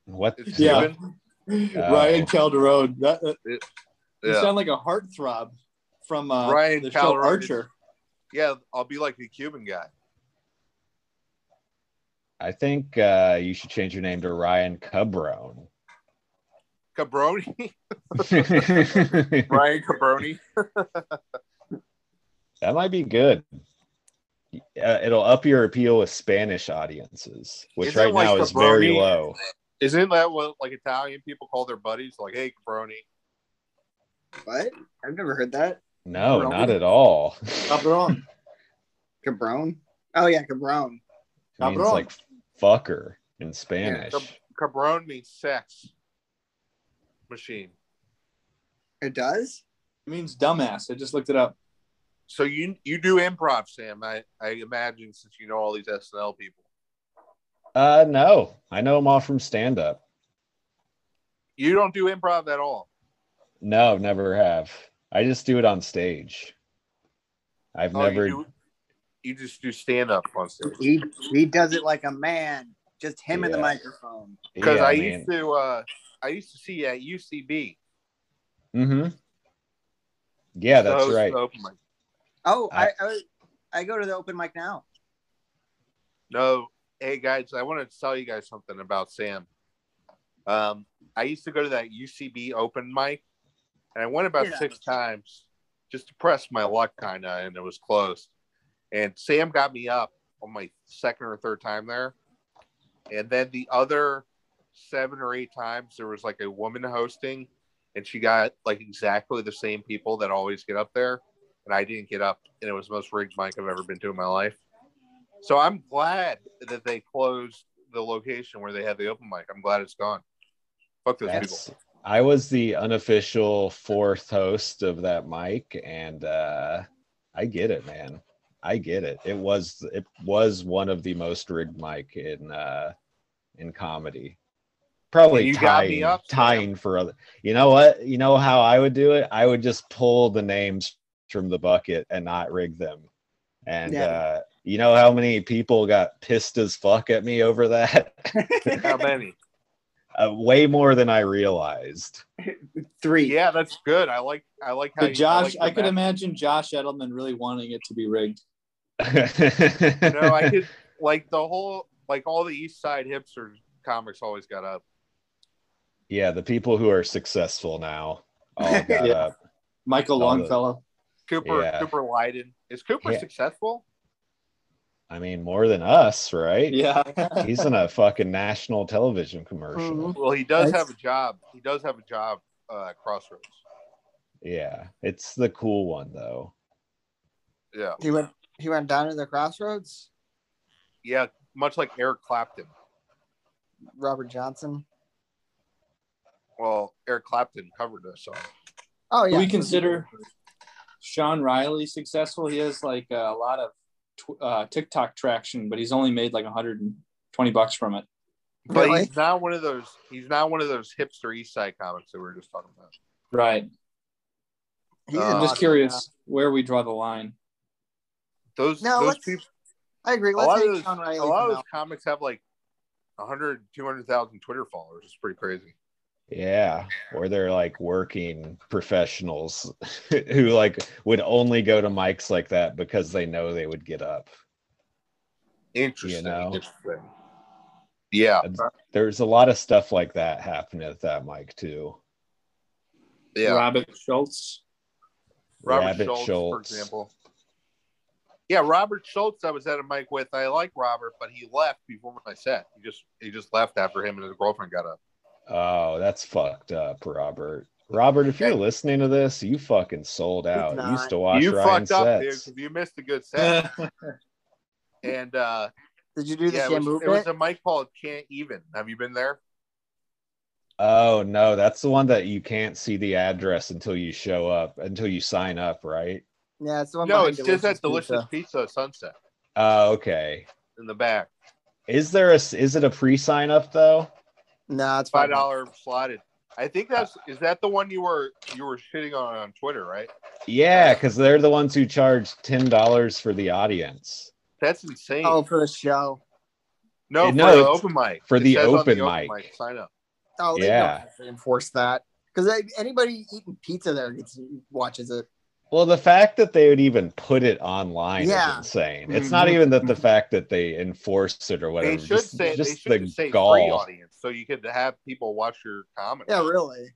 C: What?
B: It's
D: Yeah.
B: Cuban.
D: Ryan Calderon. That, that, You
B: Uh, Yeah.
D: sound like a heartthrob from uh,
B: Ryan
D: the show
B: Calderon.
D: Archer.
B: yeah, I'll be like the Cuban guy.
C: I think uh, you should change your name to Ryan Cubrone.
B: Cabroni. Ryan Cabroni.
C: That might be good. Uh, it'll up your appeal with Spanish audiences, which
B: Isn't
C: right
B: like
C: now is very
B: Cabroni-
C: low.
B: Isn't that what like Italian people call their buddies? Like, hey, Cabroni.
A: What? I've never heard that.
C: No,
A: Cabroni?
C: not at all.
D: Cabron.
A: Cabron? Oh, yeah. Cabron.
C: It means
D: Cabrón.
C: like fucker in Spanish.
B: Cab- Cabron means sex machine.
A: It does?
D: It means dumbass. I just looked it up.
B: So you you do improv, Sam? I I imagine since you know all these SNL people,
C: Uh, no, I know them all from stand up.
B: you don't do improv at all.
C: No, never have. I just do it on stage. I've
B: Oh,
C: never.
B: You, do, you just do stand up on stage.
A: He, he does it like a man. Just him and the
C: Yeah.
A: microphone.
B: Because
C: yeah,
B: I
C: mean,
B: used to uh I used to see you at UCB.
C: Mm-hmm. Yeah,
B: The
C: that's
B: host
C: right.
B: of Open mic.
A: Oh, I,
C: I-
A: I, I go to the open mic now.
B: No, hey guys, I want to tell you guys something about Sam. Um, I used to go to that UCB open mic, and I went about
A: Yeah.
B: six times just to press my luck, kind of, and it was closed. And Sam got me up on my second or third time there, and then the other seven or eight times there was like a woman hosting, and she got like exactly the same people that always get up there, and I didn't get up, and it was the most rigged mic I've ever been to in my life. So I'm glad that they closed the location where they had the open mic. I'm glad it's gone. Fuck those people.
C: That's, I was the unofficial fourth host of that mic, and uh, I get it, man. I get it. It was it was one of the most rigged mic in uh, in comedy. Probably
B: And you got me
C: tying
B: up, Sam.
C: tying for other. You know what? You know how I would do it? I would just pull the names from the bucket and not rig them. And
A: Yeah.
C: uh, you know how many people got pissed as fuck at me over that?
A: Um,
B: How many?
C: uh, way more than I realized.
A: Three.
B: Yeah, that's good. I like. I like how
D: But
B: you-
D: Josh,
B: like
D: I,
B: the
D: could
B: back-
D: imagine Josh Edelman really wanting it to be rigged.
B: No, I could like the whole like all the East Side hipster comics always got up.
C: yeah, the people who are successful now all got
D: Yeah.
C: up.
D: Michael
C: Totally.
D: Longfellow.
B: Cooper
C: Yeah.
B: Cooper Lyden is Cooper
C: Yeah.
B: successful?
C: I mean, more than us, right?
D: Yeah.
C: He's in a fucking national television commercial.
D: Mm-hmm.
B: Well, he does
D: That's-
B: have a job. He does have a job. Uh, at Crossroads.
C: Yeah, it's the cool one though.
B: Yeah,
A: He went he went down to the crossroads.
B: yeah. Much like Eric Clapton.
A: Robert Johnson.
B: Well, Eric Clapton covered this song.
A: Oh
D: Do
A: yeah.
D: we consider Sean Riley successful? He has like a lot of tw- uh, TikTok traction, but he's only made like 120 bucks from it.
B: But
A: Really?
B: he's not one of those. He's not one of those hipster East Side comics that we were just talking about.
D: Right.
A: He's
B: Uh,
A: an
D: I'm
A: awesome
D: just curious where we draw the line.
B: Those
A: No,
B: those
A: let's-
B: people,
A: guy. I agree.
B: a
A: Let's
B: lot of
A: take
B: those-
A: Sean Riley.
B: a lot
A: for
B: of
A: now.
B: those comics have like 100, 200,000 Twitter followers. It's pretty crazy.
C: Yeah, or they're like working professionals who like would only go to mics like that because they know they would get up.
B: Interesting.
C: You know?
B: Interesting. Yeah,
C: There's a lot of stuff like that happening at that mic too.
B: yeah.
D: Robert Schultz.
B: Robert
C: Rabbit
B: Schultz, for
C: Schultz.
B: example. Yeah, Robert Schultz. I was at a mic with. I like Robert, but he left before my set. He just he just left after him and his girlfriend got up.
C: Oh, that's fucked up, Robert. Robert, if you're
B: Hey.
C: listening to this, you fucking sold out. You used
A: not.
C: to watch
B: you
C: Ryan
B: fucked up, dude,
C: sets.
B: 'cause you missed a good set.
D: yeah,
B: and uh,
A: Did you do the
B: yeah,
A: same
B: it was, it
A: movement?
B: was a mic called "Can't Even." Have you been there?
C: Oh no, that's the one that you can't see the address until you show up, until you sign up, right?
A: yeah, it's the one.
B: no,
A: behind
B: it's just that delicious
A: Pizza.
B: pizza. sunset
C: Oh, okay.
B: in the back.
C: Is there a is it a pre-sign up though?
A: No, it's Uh,
B: Five
A: fine.
B: dollar slotted. I think that's is that the one you were you were shitting on on Twitter, right?
C: Yeah, because they're the ones who charge ten dollars for the audience.
B: That's insane.
A: Oh, for the show.
B: no,
C: no,
B: for the
C: it's-
B: open mic.
C: for the
B: says on
C: open mic.
B: Sign up.
A: Oh, they
C: Yeah.
A: don't have to enforce that because anybody eating pizza there gets watches it.
C: Well, the fact that they would even put it online is
A: Yeah.
C: insane. It's not even that the fact that they enforce it or whatever.
B: Mm-hmm. They should
C: just
B: say they
C: just
B: should
C: the
B: say free
C: gall.
B: audience so you could have people watch your comedy.
A: Yeah, really.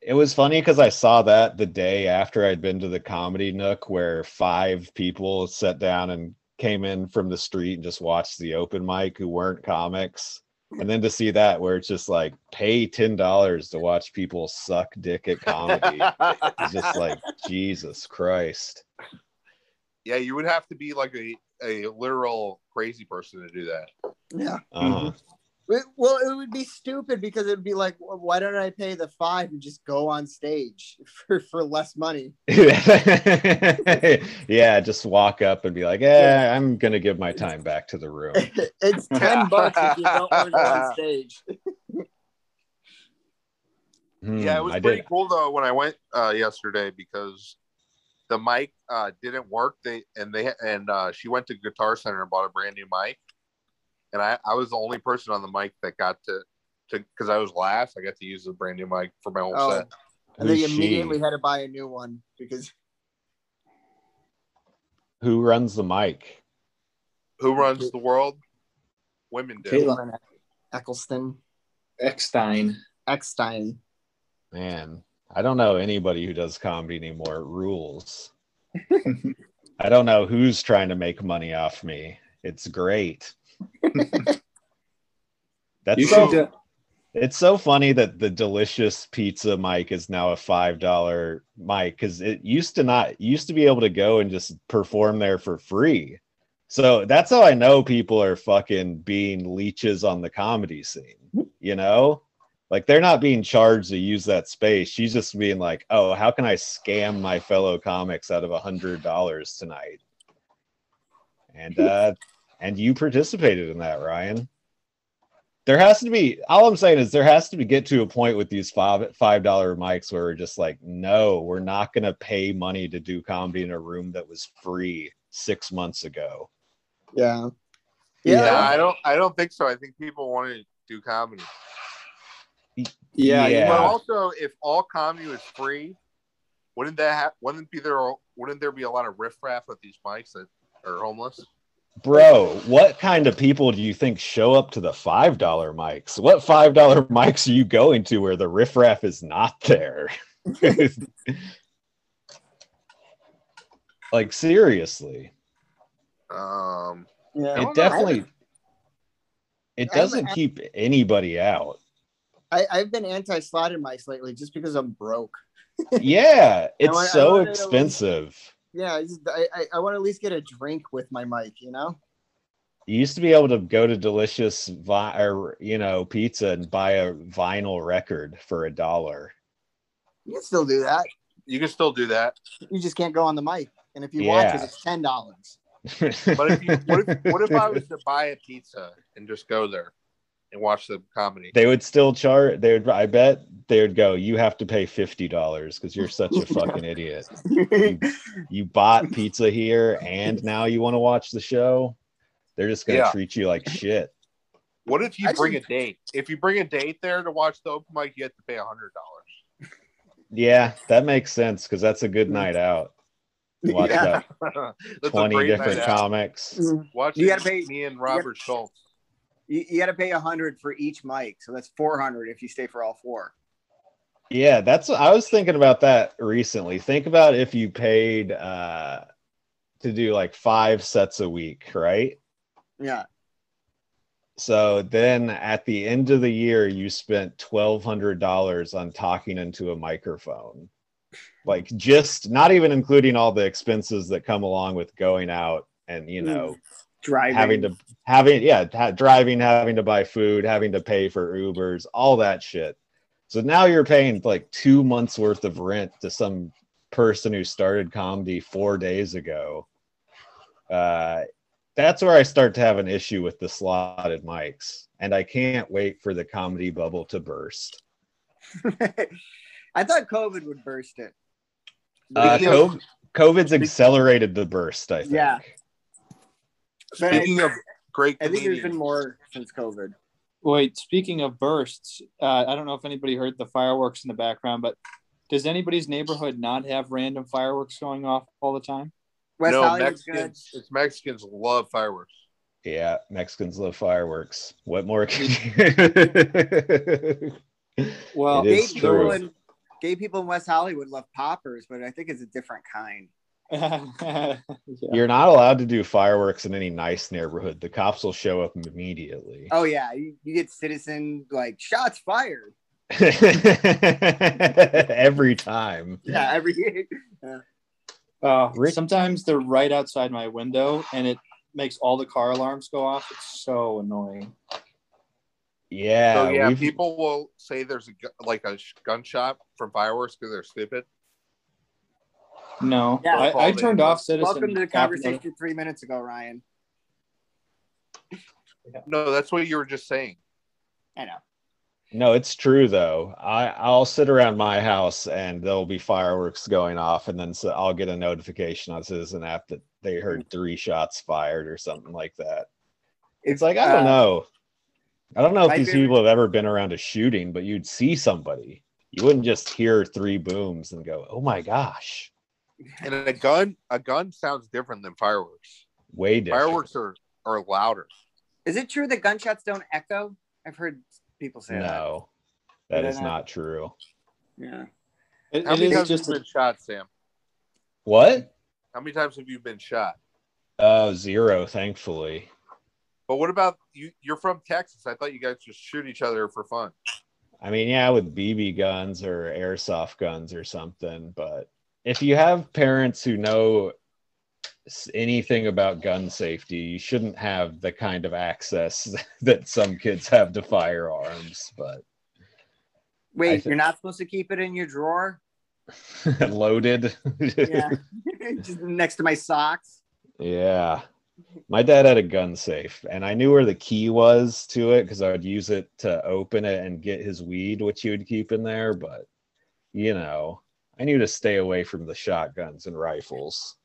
C: It was funny because I saw that the day after I'd been to the comedy nook where five people sat down and came in from the street and just watched the open mic who weren't comics. And then to see that where it's just like pay ten dollars to watch people suck dick at comedy. it's just like Jesus Christ.
B: yeah, you would have to be like a, a literal crazy person to do that.
A: Yeah.
C: Uh-huh.
A: It- well, it would be stupid because it would be like, well, why don't I pay the five and just go on stage for, for less money?
B: Mm-hmm.
C: yeah, just walk up and be like, "Yeah, I'm gonna give my time back to the room."
A: it's ten bucks if you don't want to go on stage.
B: yeah, it
C: Hmm,
B: was
C: I
B: pretty
C: did.
B: cool though when I went uh, yesterday because the mic uh, didn't work. They and they and uh, she went to Guitar Center and bought a brand new mic, and I, I was the only person on the mic that got to to because I was last. I got to use the brand new mic for my whole
A: Oh.
B: set.
A: And then
C: Who's
A: you
C: she?
A: immediately had to buy a new one because
C: Who runs the mic?
B: Who runs the world? Women do.
D: Kayla.
A: Eccleston,
D: Eckstein.
A: Eckstein.
C: Man, I don't know anybody who does comedy anymore. It rules. I don't know who's trying to make money off me. It's great. That's
D: You
C: so
D: should do,
C: It's so funny that the delicious pizza mic is now a five dollar mic because it used to not you used to be able to go and just perform there for free. So that's how I know people are fucking being leeches on the comedy scene, you know? Like they're not being charged to use that space. She's just being like, oh, how can I scam my fellow comics out of a hundred dollars tonight? And uh and you participated in that, Ryan there has to be all i'm saying is there has to be get to a point with these five five dollar mics where we're just like no we're not going to pay money to do comedy in a room that was free six months ago
A: Yeah.
B: Yeah,
A: Yeah.
B: I don't. I don't think so. I think people want to do comedy.
D: yeah, you
C: Yeah.
B: But
D: know,
B: also, if all comedy was free, wouldn't that ha- wouldn't be there? Wouldn't there be a lot of riffraff at these mics that are homeless?
C: bro what kind of people do you think show up to the five dollar mics what five dollar mics are you going to where the riffraff is not there like seriously
B: Um,
A: Yeah.
C: it
B: don't know.
C: definitely it
A: I'm-
C: doesn't keep anybody out
A: I, I've been anti slotted mics lately just because I'm broke.
C: yeah it's
A: wa- I
C: so
A: wanted to-
C: expensive
A: Yeah, I, just, I, I, I want to at least get a drink with my mic, you know?
C: you used to be able to go to delicious vi- or you know pizza and buy a vinyl record for a dollar
A: You can still do that.
B: you can still do that.
A: You just can't go on the mic. And if you want,
C: Yeah.
A: because it's ten dollars.
C: but
B: But if you, what if what if I was to buy a pizza and just go there? and watch the comedy.
C: They would still charge. They would. I bet they would go. You have to pay fifty dollars because you're such a fucking idiot. You bought pizza here, and now you want to watch the show. They're just gonna
B: Yeah.
C: treat you like shit.
B: What if you
A: I
B: bring a
A: think-
B: date? If you bring a date there to watch the open mic, you have to pay hundred dollars.
C: Yeah, that makes sense because that's a good night out. Watch
A: Yeah.
C: about
B: That's a
C: twenty
B: great
C: different
B: night out.
C: comics.
B: Watch
A: You gotta
B: it,
A: pay-
B: me and Robert Schultz.
A: You, you got to pay a hundred for each mic, so that's four hundred if you stay for all four.
C: Yeah, that's I was thinking about that recently. Think about if you paid uh to do like five sets a week, right?
A: Yeah,
C: So then at the end of the year you spent twelve hundred dollars on talking into a microphone. Like just not even including all the expenses that come along with going out and you know
A: driving.
C: having to having yeah ha- driving having to buy food having to pay for ubers all that shit so now you're paying like two months worth of rent to some person who started comedy four days ago uh, that's where i start to have an issue with the slotted mics and i can't wait for the comedy bubble to burst
A: I thought COVID would burst it.
C: uh,
B: Speaking of-
C: COVID, covid's accelerated the burst i think
A: Yeah. But I,
B: Speaking of great
A: I think there's been
B: comedians,
A: more since COVID.
D: Wait, speaking of bursts, uh, I don't know if anybody heard the fireworks in the background, but does anybody's neighborhood not have random fireworks going off all the time?
A: West
B: no
A: Hollywood's good.
B: Mexicans. It's Mexicans love fireworks.
C: Yeah, Mexicans love fireworks. What more can you? It
D: Well,
C: is
A: gay people
C: true.
A: in gay people in West Hollywood love poppers, but I think it's a different kind.
D: yeah.
C: You're not allowed to do fireworks in any nice neighborhood. The cops will show up immediately.
A: Oh yeah, you, you get citizen like shots fired.
C: Every time.
A: Yeah, every
D: Uh,
C: Rick-
D: sometimes they're right outside my window and it makes all the car alarms go off. It's so annoying.
C: Yeah,
B: so yeah,
C: we've-
B: people will say there's a gu- like a sh- gunshot from fireworks because they're stupid.
D: No,
A: Yeah.
D: I, I turned off Citizen.
A: welcome to the
D: app
A: conversation three minutes ago, Ryan.
B: No, that's what you were just saying.
A: I know.
C: No, it's true though. I I'll sit around my house and there'll be fireworks going off, and then so I'll get a notification on Citizen app that they heard three shots fired or something like that. It's like I don't
A: uh,
C: know. I don't know if
A: my
C: these
A: favorite-
C: people have ever been around a shooting, but you'd see somebody. You wouldn't just hear three booms and go, "Oh my gosh!"
B: And a gun, a gun sounds different than fireworks.
C: Way different.
B: Fireworks are are louder.
A: Is it true that gunshots don't echo? I've heard people say that.
C: No, that
A: Yeah.
C: is not true.
A: Yeah.
D: It,
B: How
D: it
B: many
D: is
B: times have
D: just
B: you
D: a,
B: been shot, Sam?
C: What?
B: How many times have you been shot?
C: Oh, zero. Thankfully.
B: But what about you? You're from Texas. I thought you guys just shoot each other for fun.
C: I mean, yeah, with BB guns or airsoft guns or something. But if you have parents who know s- anything about gun safety, you shouldn't have the kind of access that some kids have to firearms. But
A: Wait,
C: I thi-
A: you're not supposed to keep it in your drawer?
C: loaded.
A: Yeah. Just next to my socks.
C: Yeah. My dad had a gun safe, and I knew where the key was to it because I would use it to open it and get his weed, which he would keep in there. But, you know, I knew to stay away from the shotguns and rifles.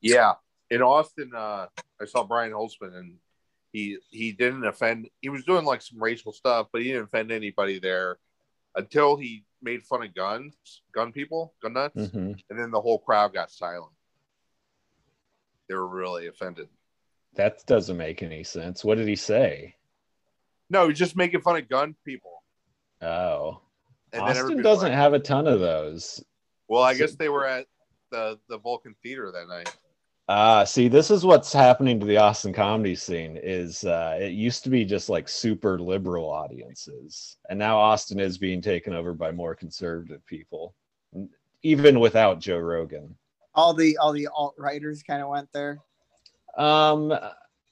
B: Yeah, in Austin, uh, I saw Brian Holtzman, and he he didn't offend. He was doing like some racial stuff, but he didn't offend anybody there until he made fun of guns, gun people, gun nuts,
C: Mhm.
B: and then the whole crowd got silent. They were really offended.
C: That doesn't make any sense. What did he say?
B: No, he was just making fun of gun people,
C: Oh,
B: and then
C: Austin
B: everybody
C: doesn't
B: like,
C: have a ton of those.
B: well, I guess they were at the the Vulcan Theater that night.
C: Ah, see, this is what's happening to the Austin comedy scene is uh, it used to be just like super liberal audiences, and now Austin is being taken over by more conservative people, n- even without Joe Rogan.
A: All the all the alt writers kind of went there.
C: Um,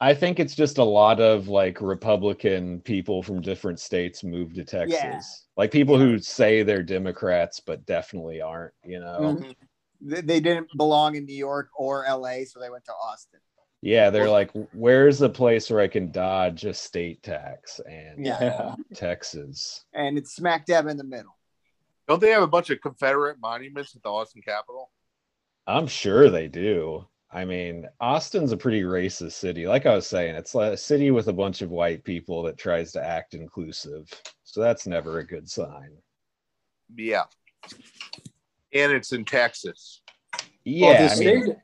C: I think it's just a lot of like Republican people from different states move to Texas, like people who say they're Democrats but definitely aren't, you know.
A: Mhm. They, they didn't belong in New York or LA, so they went to Austin.
C: Yeah, they're like, where's the place where I can dodge a state tax? And
A: Yeah.
D: Yeah.
C: Texas.
A: and it's smack dab in the middle.
B: Don't they have a bunch of Confederate monuments at the Austin Capitol?
C: I'm sure they do. I mean, Austin's a pretty racist city. Like I was saying, it's like a city with a bunch of white people that tries to act inclusive. So that's never a good sign.
B: Yeah. And it's in Texas.
C: Yeah,
D: well, the
C: I mean,
D: state,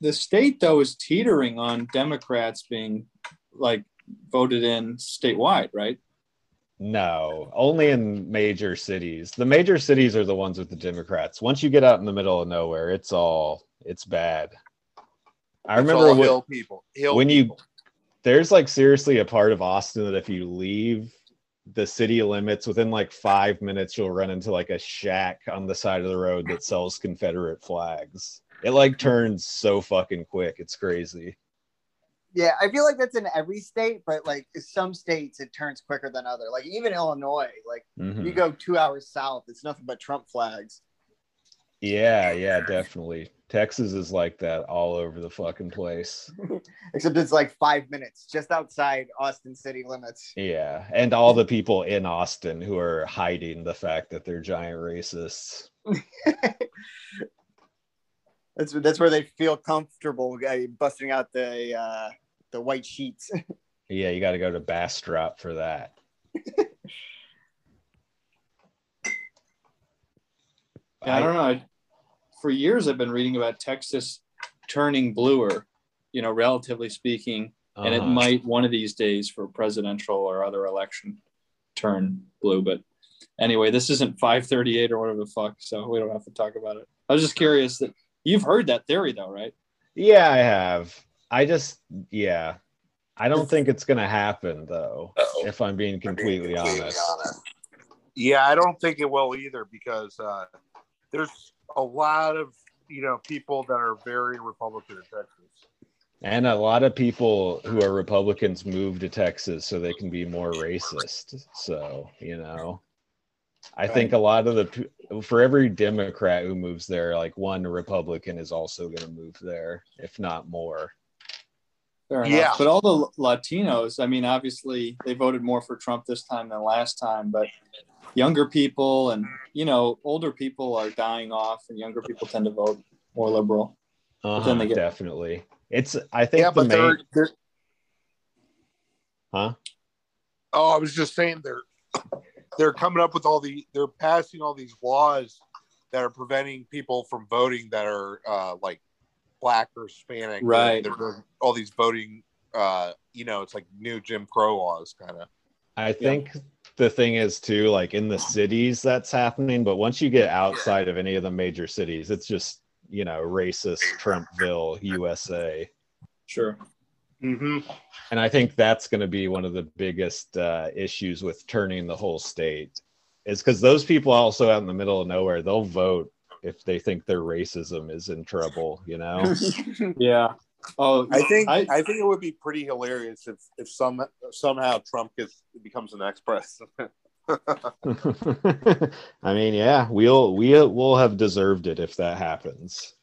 D: the state though is teetering on Democrats being like voted in statewide, right?
C: no, only in major cities. The major cities are the ones with the Democrats. Once you get out in the middle of nowhere, it's all it's bad. I
B: It's
C: remember
B: all
C: when,
B: hill people. Hill
C: when you
B: people.
C: there's like seriously a part of Austin that if you leave the city limits within like five minutes, you'll run into like a shack on the side of the road that sells Confederate flags. It like turns so fucking quick. It's crazy.
A: Yeah, I feel like that's in every state, but like some states it turns quicker than other. Like even Illinois, like
C: Mhm.
A: you go two hours south, it's nothing but Trump flags.
C: Yeah, yeah, definitely. Texas is like that all over the fucking place.
A: Except it's like five minutes just outside Austin city limits.
C: Yeah. And all the people in Austin who are hiding the fact that they're giant racists.
A: That's that's where they feel comfortable uh, busting out the uh, the white sheets.
C: Yeah, you got to go to Bastrop for that.
D: Yeah, I don't know. For years, I've been reading about Texas turning bluer, you know, relatively speaking, and it
C: uh-huh.
D: might one of these days for presidential or other election turn blue. But anyway, this isn't 538 or whatever the fuck, so we don't have to talk about it. I was just curious that you've heard that theory though, right?
C: Yeah, I have. I just, yeah, I don't think it's gonna happen though. If I'm being completely honest,
B: Yeah, I don't think it will either because uh, there's a lot of you know people that are very Republican in Texas.
C: and a lot of people who are Republicans move to Texas so they can be more racist. So you know, I think a lot of the p- for every Democrat who moves there, like one Republican is also gonna move there, if not more.
D: Fair enough.
B: Yeah.
D: But all the Latinos, I mean, obviously they voted more for Trump this time than last time, but younger people and, you know, older people are dying off and younger people tend to vote more liberal.
C: Uh-huh,
D: then they get-
C: definitely. It's I think
B: Yeah,
C: the
B: but
C: main
B: they're, they're
C: huh.
B: oh, I was just saying they're they're coming up with all the they're passing all these laws that are preventing people from voting that are uh, like black or Hispanic.
D: Right.
B: They're doing all these voting. Uh, you know, it's like new Jim Crow laws, kind of.
C: I think the thing is too, like in the cities that's happening, but once you get outside of any of the major cities, it's just you know racist Trumpville USA,
D: Sure.
B: Mm-hmm.
C: and I think that's going to be one of the biggest uh, issues with turning the whole state is because those people also out in the middle of nowhere they'll vote if they think their racism is in trouble, you know.
D: Yeah. Oh,
B: I think I,
D: I-
B: think it would be pretty hilarious if if some somehow Trump gets becomes an ex president.
C: I mean, yeah, we'll we'll we'll have deserved it if that happens.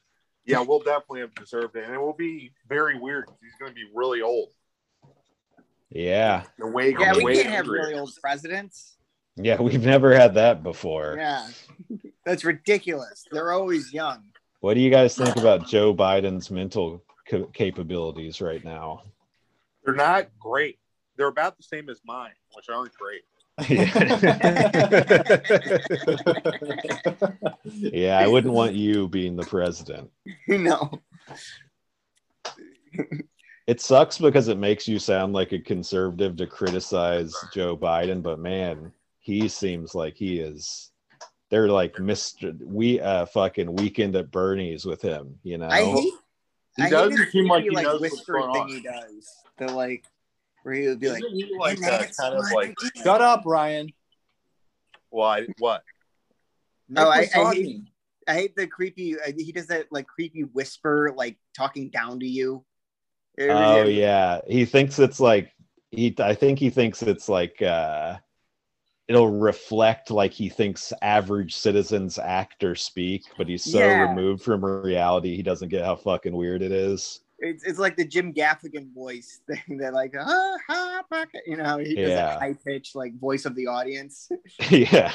B: yeah, we'll definitely have deserved it, and it will be very weird. 'cause He's going to be really old.
C: Yeah,
B: The way,
A: yeah, we
B: way
A: can't have
B: weird.
A: really old presidents.
C: yeah, we've never had that before.
A: Yeah, that's ridiculous. They're always young.
C: What do you guys think about Joe Biden's mental ca- capabilities right now?
B: They're not great. They're about the same as mine, which aren't great.
C: yeah, I wouldn't want you being the president.
A: no,
C: It sucks because it makes you sound like a conservative to criticize Joe Biden, but man, he seems like he is. They're like Mr. We uh fucking weekend at Bernie's with him, you know.
A: I hate.
B: He
A: I hate
B: doesn't
A: his
B: seem like
A: creepy,
B: he knows what's
A: whisper
B: going
A: thing
B: on.
A: he does. The like where he would be like,
B: Isn't he like
A: "And
B: uh,
A: that's
B: kind of
A: what
B: like
A: I did."
D: Shut up, Ryan.
B: why what?
A: No, Oh, I-
D: was
A: I hate-
D: talking.
A: I hate the creepy. I- He does that like creepy whisper, like talking down to you. It was-
C: Oh yeah, he thinks it's like he. I think he thinks it's like uh, it'll reflect like he thinks average citizens act or speak, but he's so
A: Yeah.
C: removed from reality he doesn't get how fucking weird it is.
A: It's, it's like the Jim Gaffigan voice thing that like ah, ha, pocket. you know he does
C: Yeah.
A: a high pitched like voice of the audience.
C: yeah.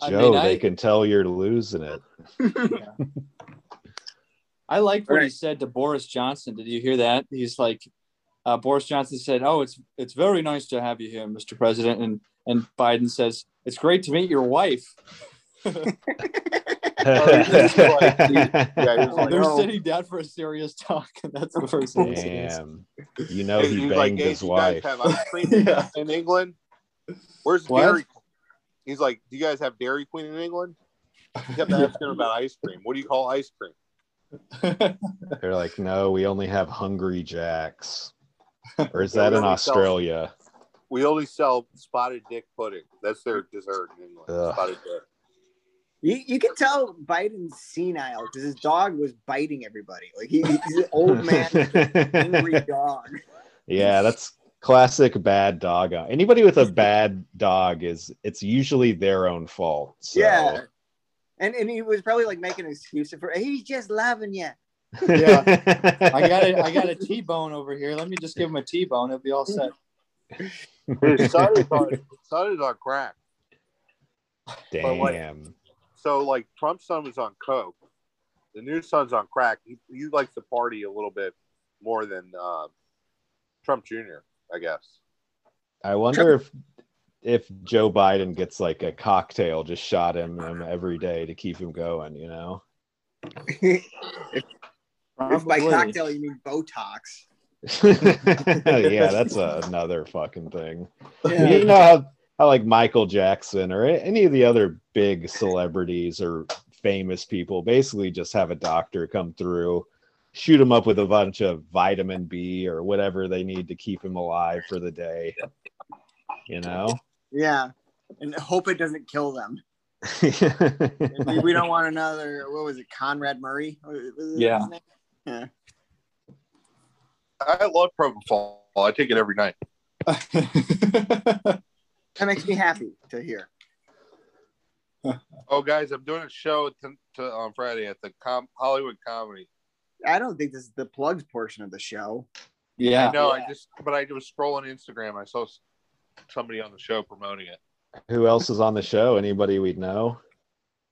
D: I
C: Joe,
D: mean,
C: they
D: I-
C: can tell you're losing it.
D: I liked what he
A: Right.
D: said to Boris Johnson. Did you hear that? He's like, uh, Boris Johnson said, "Oh, it's it's very nice to have you here, Mr. President," and and Biden says, "It's great to meet your wife."
B: Oh, Yeah, he was
D: And
B: like,
D: they're
A: oh.
D: sitting down for a serious talk, and that's the first thing. he says.
C: Damn. You know
B: He
C: he
B: was like,
C: banged
B: "Hey,
C: his
B: do you guys
C: wife.
B: have ice cream
D: Yeah.
B: in England? Where's
D: What?
B: Dairy Queen? He's like, do you guys have Dairy Queen in England? He kept asking about ice cream. What do you call ice cream?
C: They're like, no, we only have Hungry Jacks. Or is
B: Yeah,
C: that
B: we
C: in
B: only sell-
C: Australia?
B: We only sell spotted dick pudding. That's their dessert in England.
C: Ugh.
B: Spotted dick.
A: You, you can tell Biden's senile because his dog was biting everybody. Like he, he's an old man, angry dog.
C: yeah, that's classic bad dog. Anybody with a bad dog is it's usually their own fault. So.
A: Yeah. And and he was probably like making an excuse for he's just loving you.
D: I got a, I got a T-bone over here. Let me just give him a T-bone. It'll be all set.
B: His son is on, his son is on crack. But what-
C: Damn.
B: So like Trump's son was on coke. The new son's on crack. He, he likes to party a little bit more than uh, Trump Jr. I guess.
C: I wonder if if Joe Biden gets like a cocktail just shot him, him every day to keep him going, you know?
A: if by
D: Probably.
A: cocktail you mean Botox.
C: yeah, that's a, another fucking thing.
A: Yeah.
C: You know how, how like Michael Jackson or a- any of the other big celebrities or famous people basically just have a doctor come through, shoot him up with a bunch of vitamin B or whatever they need to keep him alive for the day. You know?
A: Yeah. And hope it doesn't kill them. We, we don't want another what was it, Conrad Murray? Was it his
D: Yeah.
A: name?
B: I love propofol. I take it every night.
A: That makes me happy to hear.
B: Oh, guys, I'm doing a show to, to, on Friday at the com- Hollywood Comedy.
A: I don't think this is the plugs portion of the show.
D: yeah.
B: No,
A: Yeah.
B: I just, but I was scrolling Instagram. I saw s- somebody on the show promoting it.
C: Who else is on the show? Anybody we'd know?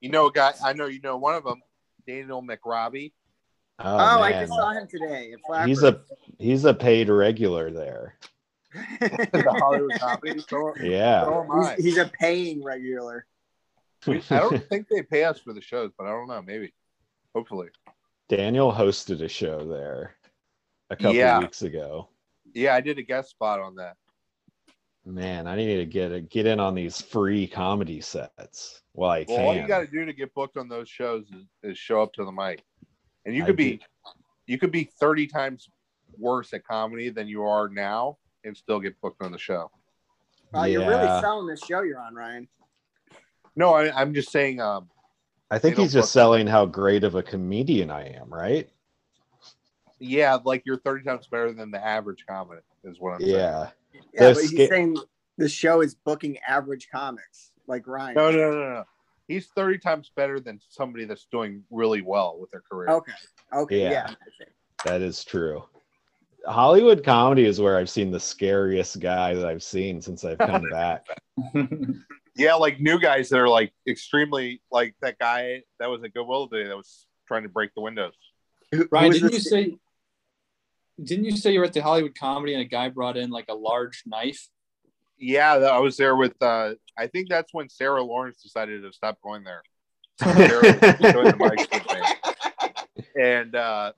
B: You know, a guy, I know you know one of them, Daniel McRobbie.
A: Oh,
C: Oh,
A: I
C: man.
A: just saw him today at Flapper.
C: he's a he's a paid regular there.
B: the Hollywood Comedy. So,
C: Yeah.
B: so am I.
A: he's, he's a paying regular.
B: I don't think they pay us for the shows, but I don't know. Maybe. Hopefully.
C: Daniel hosted a show there a couple
B: Yeah.
C: weeks ago.
B: Yeah, I did a guest spot on that.
C: Man, I need to get a, get in on these free comedy sets while I
B: Well,
C: can.
B: all you got to do to get booked on those shows is, is show up to the mic, and you
C: I
B: could be, you could be thirty times worse at comedy than you are now, and still get booked on the show.
A: Wow, Oh, you're really
C: Yeah.
A: selling this show you're on, Ryan.
B: No, I, I'm just saying. Um,
C: I think
B: they
C: he's
B: don't
C: just selling how great of a comedian I am, right?
B: yeah, like you're thirty times better than the average comic is what I'm saying.
C: Yeah.
A: Yeah,
C: They're
A: but he's
C: sca-
A: saying the show is booking average comics like Ryan.
B: No, no, no, no. He's thirty times better than somebody that's doing really well with their career.
A: Okay. Okay.
C: Yeah.
A: Yeah.
C: That is true. Hollywood comedy is where I've seen the scariest guy that I've seen since I've come back.
B: Yeah, like new guys that are like extremely like that guy that was at Goodwill today that was trying to break the windows.
A: Who- who
D: Ryan,
A: is
D: didn't you
A: this-
D: say? Didn't you say you were at the Hollywood Comedy and a guy brought in like a large knife?
B: Yeah, th- I was there with. Uh, I think that's when Sarah Lawrence decided to stop going there. Sarah was doing the mics with me. and uh,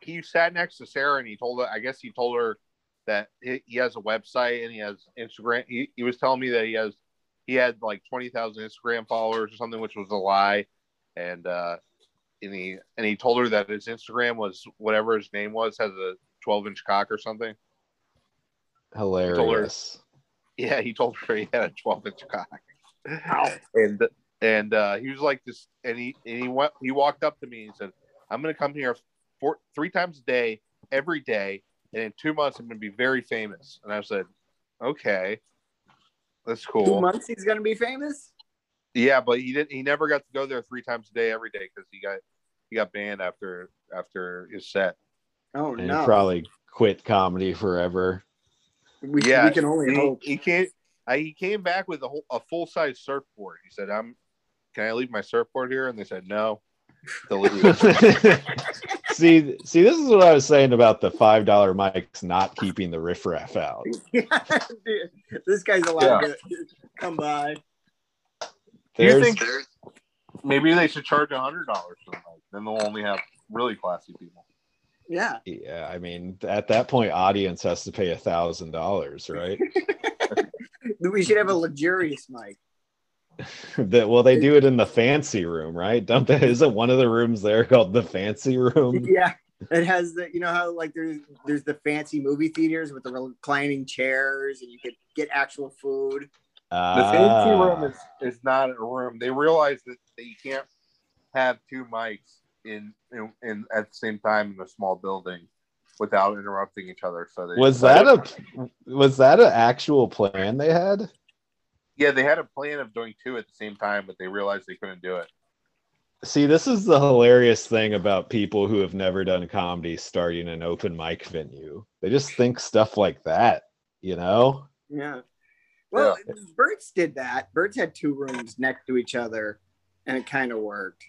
B: he sat next to Sarah, and he told her. I guess he told her that he, he has a website and he has Instagram. He, he was telling me that he has he had like twenty thousand Instagram followers or something, which was a lie. And uh, and he and he told her that his Instagram was whatever his name was has a twelve inch cock or something.
C: Hilarious.
B: Yeah, he told her he had a 12 inch cock. And and uh, he was like this, and he and he went. He walked up to me and said, "I'm going to come here four, three times a day, every day, and in two months I'm going to be very famous." And I said, "Okay, that's
A: two
B: cool."
A: months he's gonna be famous?
B: Yeah, but he didn't. He never got to go there three times a day, every day, because he got He got banned after after his set.
A: Oh
C: and
A: no,
C: he probably quit comedy forever.
A: we,
B: Yeah,
A: we can only
B: He,
A: hope.
B: he can't. I, he came back with a, whole, a full size surfboard. He said, "I'm. Can I leave my surfboard here?" And they said, "No." Deleted it.
C: see, see, this is what I was saying about the five dollar mics not keeping the riffraff out.
A: Dude, this guy's allowed to come by.
B: you
C: There's,
B: think maybe they should charge a hundred dollars for the mic? Then they'll only have really classy people.
A: Yeah,
C: yeah, I mean, at that point, audience has to pay a thousand dollars, right?
A: we should have a luxurious mic.
C: that well, they do it in the fancy room, right? Don't they? Isn't one of the rooms there called the fancy room?
A: Yeah, it has the you know how like there's there's the fancy movie theaters with the reclining chairs and you could get actual food.
B: The fancy
C: Ah.
B: room is, is not a room. They realize that, that you can't have two mics in, in in at the same time in a small building without interrupting each other. So they
C: Ah, was that a was that an actual plan they had?
B: yeah? They had a plan of doing two at the same time, but they realized they couldn't do it.
C: See, this is the hilarious thing about people who have never done comedy starting an open mic venue. They just think stuff like that, you know?
A: Yeah. Well, Burt's did that. Burt's had two rooms next to each other, and it kind of worked.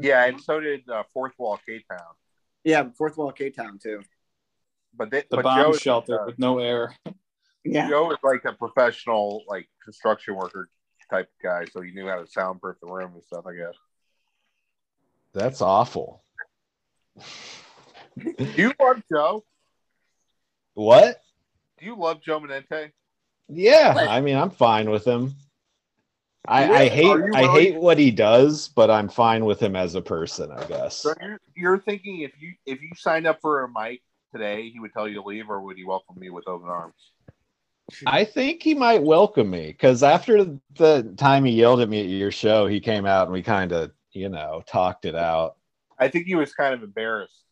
B: Yeah, and so did uh, Fourth Wall K Town.
A: Yeah, Fourth Wall K Town too.
B: But they,
D: The
B: but Joe,
D: bomb shelter with no air.
A: Yeah.
B: Joe was like a professional, like construction worker type guy, so he knew how to soundproof the room and stuff. I guess.
C: That's awful.
B: Do you love Joe?
C: What?
B: Do you love Joe Manente?
C: Yeah,
A: What?
C: I mean, I'm fine with him. I, I
B: Really?
C: hate
B: Are you
C: I
B: really-
C: hate what he does, but I'm fine with him as a person, I guess.
B: So you're, you're thinking if you if you signed up for a mic today, he would tell you to leave, or would he welcome me with open arms?
C: I think he might welcome me because after the time he yelled at me at your show, he came out and we kind of, you know, talked it out.
B: I think he was kind of embarrassed.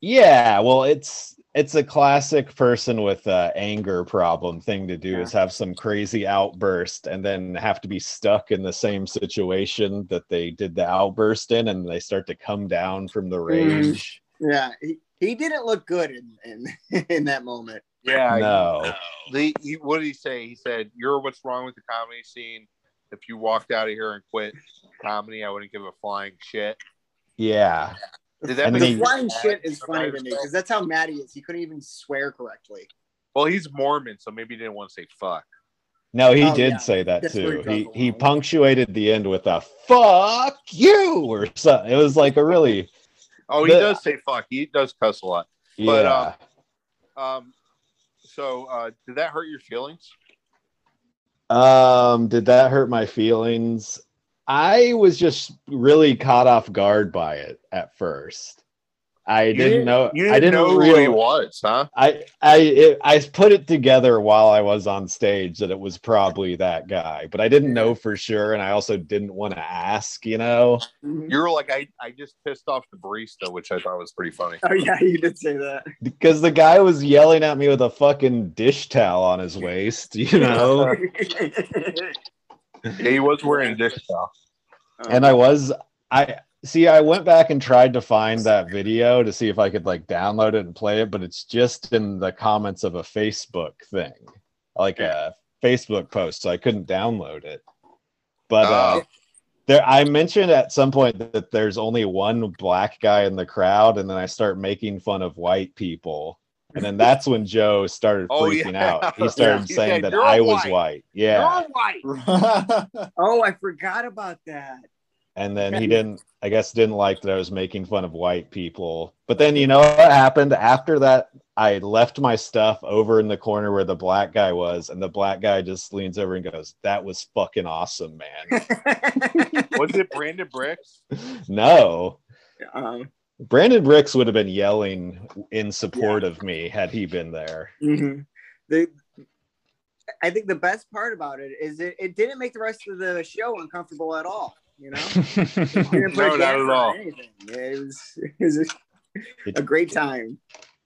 C: Yeah, well, it's it's a classic person with a anger problem thing to do is have some crazy outburst and then have to be stuck in the same situation that they did the outburst in, and they start to come down from the rage.
A: Yeah. He, he didn't look good in, in, in that moment.
B: Yeah.
C: No,
B: The, he, what did he say? He said, "You're what's wrong with the comedy scene. If you walked out of here and quit comedy, I wouldn't give a flying shit."
C: yeah,
B: Did that
C: And
B: make
C: then
A: the
B: you
C: he-
A: flying
B: mad?
A: shit is funny to me because that's how mad he is. He couldn't even swear correctly.
B: Well, he's Mormon, so maybe he didn't want to say fuck.
C: no, he
A: Oh,
C: did
A: yeah.
C: say that
A: That's where he
C: too.
A: draws
C: He
A: the
C: he
A: line.
C: punctuated the end with a "fuck you" or something. It was like a really
B: Oh, he
C: The-
B: does say fuck. He does cuss a lot. But,
C: yeah.
B: um, Um, so uh, did that hurt your feelings?
C: Um, did that hurt my feelings? I was just really caught off guard by it at first. I didn't, know.
B: You didn't
C: I didn't
B: know
C: real-
B: who he was, huh?
C: I I it, I put it together while I was on stage that it was probably that guy, but I didn't know for sure, and I also didn't want to ask. You know,
B: You were like, I, I just pissed off the barista, which I thought was pretty funny.
A: Oh yeah, you did say that.
C: because the guy was yelling at me with a fucking dish towel on his waist. You know.
B: Yeah, he was wearing a dish towel.
C: and I was I see I went back and tried to find that video to see if I could like download it and play it, but it's just in the comments of a Facebook thing, like a Facebook post, so I couldn't download it. But uh,
B: Oh.
C: there, I mentioned at some point that there's only one black guy in the crowd, and then I start making fun of white people. And then that's when Joe started
B: Oh,
C: freaking
B: yeah.
C: out. He started
B: He
C: saying
B: said,
C: that
B: "You're
C: I was
B: white.
C: white. Yeah.
B: white.
D: Mm-hmm,
A: oh, I forgot about that.
C: and then he
A: Yeah.
C: didn't i guess didn't like that i was making fun of white people but then you know what happened after that i left my stuff over in the corner where the black guy was and the black guy just leans over and goes that was fucking awesome man
B: Was it Brandon Bricks?
C: no
A: um,
C: brandon bricks would have been yelling in support of me had he been there
A: mhm. the, I think the best part about it is it, it didn't make the rest of the show uncomfortable at all. You know, It didn't put
B: No,
A: a
B: not
A: damper
B: at
A: on
B: all.
A: anything. It was, it was a, a great time.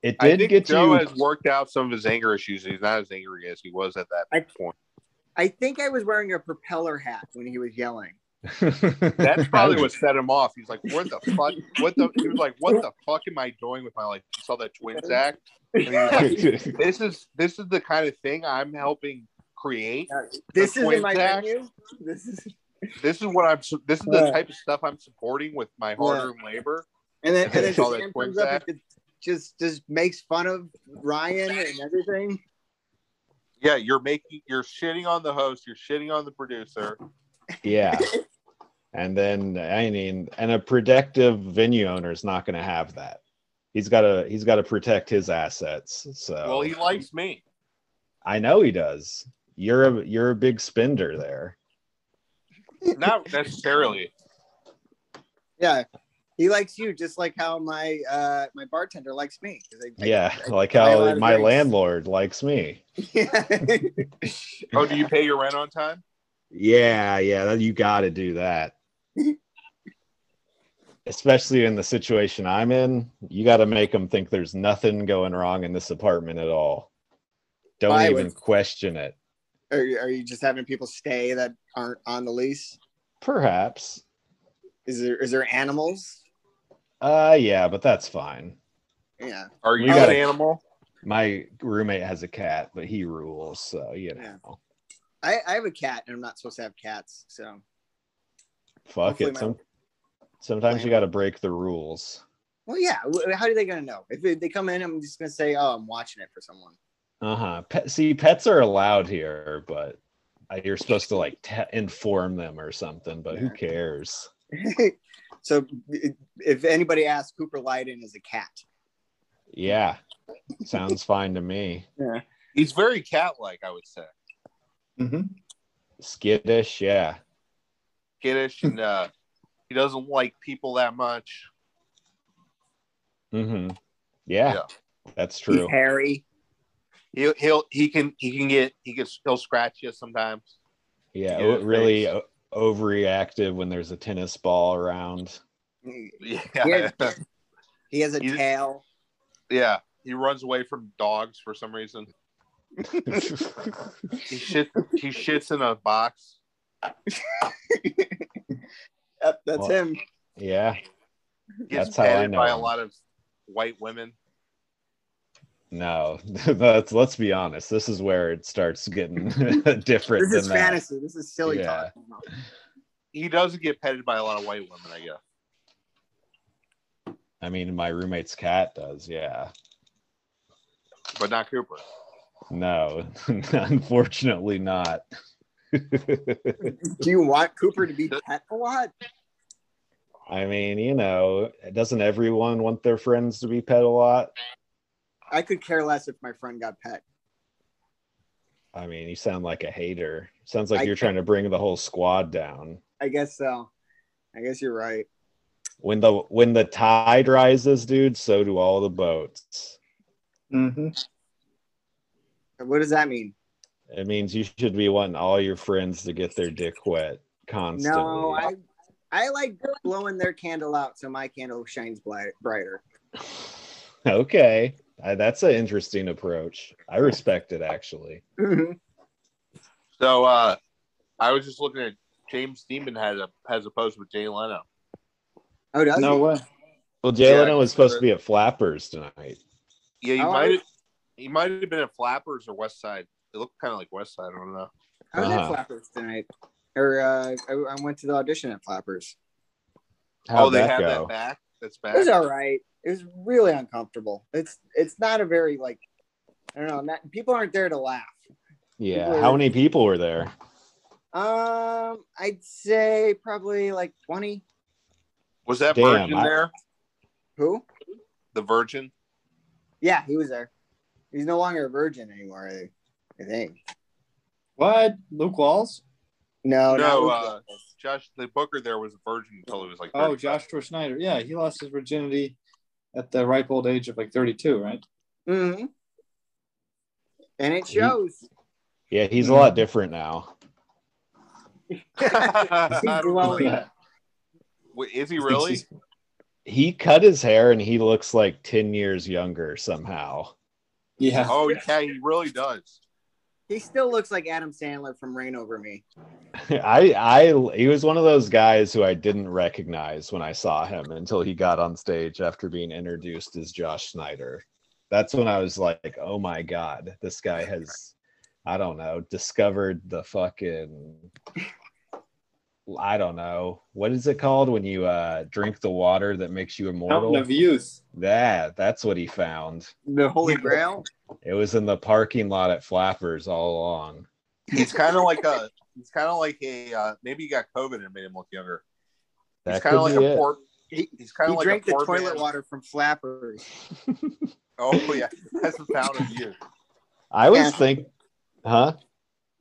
C: it
B: I
C: did
B: think
C: get
B: Joe
C: you
B: has worked out some of his anger issues. He's not as angry as he was at that
A: I-
B: point.
A: I think I was wearing a propeller hat when he was yelling.
B: That's probably what set him off. He's like, "What the fuck? What the?" He was like, "What the fuck am I doing with my life?" He saw that twins act. And he was like, this is this is the kind of thing I'm helping create.
A: This
B: The
A: isn't
B: twins
A: my
B: act.
A: menu. This is
B: This is what I'm. su- This is the
D: Yeah.
B: type of stuff I'm supporting with my hard-earned labor.
A: and then and then
B: Saw that
A: Sam
B: twins
A: comes up
B: act.
A: and just just makes fun of Ryan and everything.
B: Yeah, you're making. You're shitting on the host. You're shitting on the producer.
C: yeah. And then I mean, and a productive venue owner is not going to have that. He's got to he's got to protect his assets. So
B: Well, he likes me.
C: I know he does. You're a you're a big spender there.
B: Not necessarily.
A: Yeah. He likes you just like how my uh my bartender likes me. 'Cause I- I-
C: yeah, like
A: buy a lot
C: how
A: of
C: my
A: drinks.
C: landlord likes me.
B: Oh, do you pay your rent on time?
C: Yeah, yeah, that- you got to do that. Especially in the situation I'm in, you got to make them think there's nothing going wrong in this apartment at all. Don't
A: Buy
C: even
A: with-
C: question it.
A: are, you- are you just having people stay that aren't on the lease?
C: Perhaps.
A: Is there is there animals?
C: Uh yeah, but that's fine.
A: Yeah.
B: Are you
C: We gotta-
B: an animal?
C: My roommate has a cat, but he rules, so you know.
A: I, I have a cat and I'm not supposed to have cats, so
C: Fuck
A: Hopefully
C: it.
A: my-
C: Some, sometimes you got to break the rules.
A: well yeah, wh- how are they gonna know? If they- they come in, I'm just gonna say, Oh, I'm watching it for someone.
C: Uh huh. Pet, see, pets are allowed here, but uh, you're supposed to like te- inform them or something. But who
A: Yeah.
C: cares?
A: so if anybody asks, Cooper Lyden is a cat.
C: Yeah, sounds fine to me.
B: He's very cat-like, I would say.
D: Mhm.
C: Skittish, yeah.
B: Kiddish, and uh, he doesn't like people that much.
C: Mm-hmm. Yeah, that's true.
A: He's hairy.
B: He'll, he'll he can he can get he gets he'll scratch you sometimes.
C: Yeah,
B: Yeah,
C: o- really
B: thanks.
C: o- overreactive when there's a tennis ball around.
B: Yeah,
A: He has a
B: He's-
A: tail.
B: yeah. He runs away from dogs for some reason. He shits he shits in a box.
A: Yep, that's
C: Well,
A: him.
C: yeah,
B: Gets
C: That's how I
B: petted
C: know
B: by a
C: him.
B: lot of white women.
C: no, that's let's be honest. This is where it starts getting different.
A: This is
C: than that.
A: fantasy. This is silly
C: Yeah.
A: talk.
B: He doesn't get petted by a lot of white women, I guess.
C: I mean, my roommate's cat does. Yeah.
B: But not Cooper.
C: No, unfortunately not.
A: Do you want Cooper to be pet a lot?
C: I mean, you know, doesn't everyone want their friends to be pet a lot?
A: I could care less if my friend got pet.
C: I mean, you sound like a hater. Sounds like
A: I-
C: you're trying to bring the whole squad down.
A: I guess so. I guess you're right.
C: When the when the tide rises, dude, so do all the boats.
D: Mhm.
A: What does that mean?
C: It means you should be wanting all your friends to get their dick wet constantly.
A: No, I I like blowing their candle out so my candle shines bli- brighter.
C: okay, I, that's an interesting approach. I respect it actually.
A: Oh,
B: So uh I was just looking at James Demon has a has a post with Jay Leno.
A: Oh, does
D: No
A: he?
D: way.
C: Well, Jay
B: Yeah,
C: Leno was supposed
B: sure.
C: to be at Flappers tonight.
B: Yeah, you
A: Oh,
B: might
A: I-
B: have he might have been at Flappers or West Side. It looked kind of like West Side. I don't know.
A: I was
C: Uh-huh.
A: at Flappers tonight, or uh, I, I went to the audition at Flappers.
C: How'd
B: oh, they
C: that
B: have
C: go?
B: that back. That's back.
A: It was all right. It was really uncomfortable. It's it's not a very like I don't know. Not, people aren't there to laugh.
C: Yeah.
A: People
C: How
A: were-
C: many people were there?
A: Um, I'd say probably like twenty.
B: Was that
C: Damn,
B: Virgin
C: I-
B: there?
A: Who?
B: The Virgin.
A: Yeah, he was there. He's no longer a virgin anymore. I, I think.
D: What? Luke Walls?
A: No,
B: no,
A: not
B: uh, Josh, the Booker there was a Virgin until he was like.
D: Oh,
B: 35.
D: Joshua Schneider. Yeah, he lost his virginity at the ripe old age of like 32, right?
A: hmm And it
C: He-
A: shows.
C: Yeah, he's
A: Hmm.
C: a lot different now.
B: I don't
A: glowing.
B: know. Wait, Is he really?
C: He cut his hair and he looks like 10 years younger somehow.
D: Yeah.
B: Oh yeah, he really does.
A: He still looks like Adam Sandler from Rain Over Me.
C: I I he was one of those guys who I didn't recognize when I saw him until he got on stage after being introduced as Josh Snyder. That's when I was like, "Oh my god, this guy has I don't know, discovered the fucking I don't know. What is it called when you uh drink the water that makes you
D: Mountain
C: immortal?"
D: of Youth.
C: That that's what he found.
A: The Holy Grail.
C: It was in the parking lot at Flappers all along.
B: He's kind of like a. He's kind of like a. Uh, maybe he got COVID and made him look younger. He's
C: That
B: kind of
C: could
B: like
C: be
B: a
C: it.
B: poor.
A: He-
B: He's kind
A: he
B: of like
A: drank the
B: a poor
A: toilet
B: man.
A: water from Flappers.
B: Oh yeah, that's a pound of you.
C: I always
A: Yeah.
C: think huh?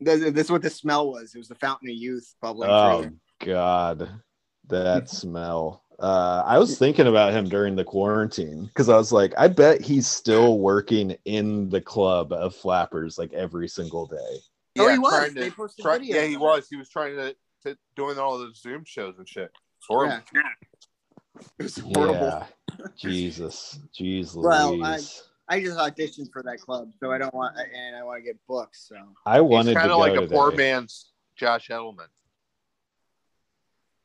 A: This, this is what the smell was. It was the fountain of youth bubbling
C: Oh
A: through.
C: God, that smell! Uh, I was thinking about him during the quarantine because I was like, I bet he's still working in the club of flappers like every single day.
A: Oh, he
B: Yeah,
A: was.
B: trying to-
A: They posted
B: try-
A: videos
B: yeah, he
A: of it.
B: was. He was trying to, to doing all those Zoom shows and shit. It's horrible.
A: It was horrible.
C: Yeah, Jesus, jeez
A: Well,
C: Louise.
A: I- I just auditioned for that club, so I don't want, and I want to get booked. So
C: I, wanted
B: He's
C: to
B: kind
C: go
B: of like
C: today.
B: a poor man's Josh Edelman.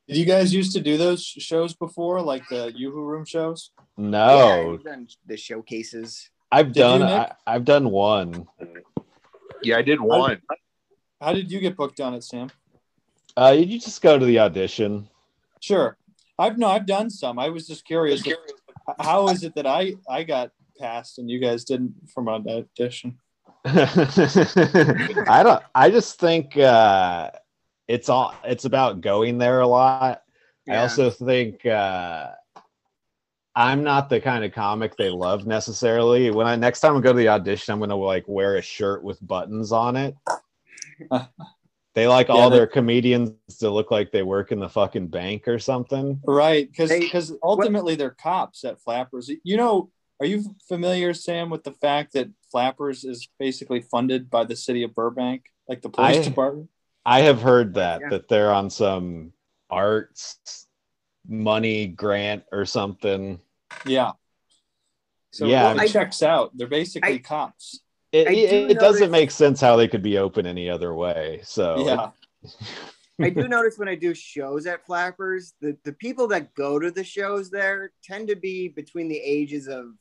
D: Did you guys used to do those sh- shows before, like the YooHoo Room shows?
A: Yeah,
C: No,
A: we've done the showcases.
C: I've
D: Did you,
C: done.
D: Nick?
C: I, I've done one.
B: Yeah, I did one.
D: How did you get booked on it, Sam?
C: Uh, you just go to the audition.
D: Sure. I've no, I've done some. I was just curious. if- how is it that I I got passed and you guys didn't from an audition?
C: I don't. I just think uh, it's all. It's about going there a lot. I
A: Yeah.
C: also think uh, I'm not the kind of comic they love necessarily. When I next time I go to the audition, I'm gonna like wear a shirt with buttons on it. they like
D: Yeah,
C: all
D: they-
C: their comedians to look like they work in the fucking bank or something.
D: Right, because
A: Hey,
D: because ultimately they're cops at Flappers. You know, are you familiar, Sam, with the fact that Flappers is basically funded by the city of Burbank, like the police
C: I-
D: department?
C: I have heard that
A: Yeah.
C: that they're on some arts money grant or something.
D: Yeah. So
C: Yeah,
D: yeah, it
C: I-
D: checks out. They're basically
A: I-
D: cops.
C: It,
A: I
C: it,
A: do
C: it doesn't
A: notice-
C: make sense how they could be open any other way. So
D: yeah.
A: I do notice when I do shows at Flappers, the, the people that go to the shows there tend to be between the ages of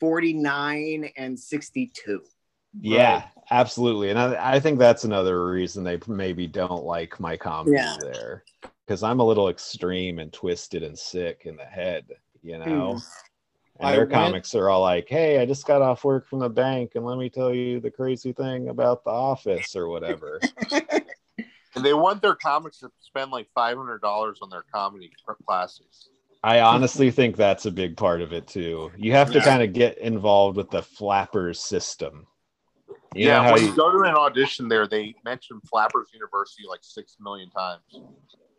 A: 49 and 62.
C: Yeah, absolutely. And I, I think that's another reason they maybe don't like my comedy
A: Yeah.
C: there because I'm a little extreme and twisted and sick in the head, you know? And
D: I
C: their
D: went-
C: comics are all like, hey, I just got off work from the bank and let me tell you the crazy thing about the office or whatever.
B: And they want their comics to spend like five hundred dollars on their comedy cr- classes.
C: I honestly think that's a big part of it too. You have to
B: Yeah.
C: kind of get involved with the flappers system. You know
B: yeah,
C: how
B: when
C: you-
B: you go to an audition there, they mention Flappers University like six million times.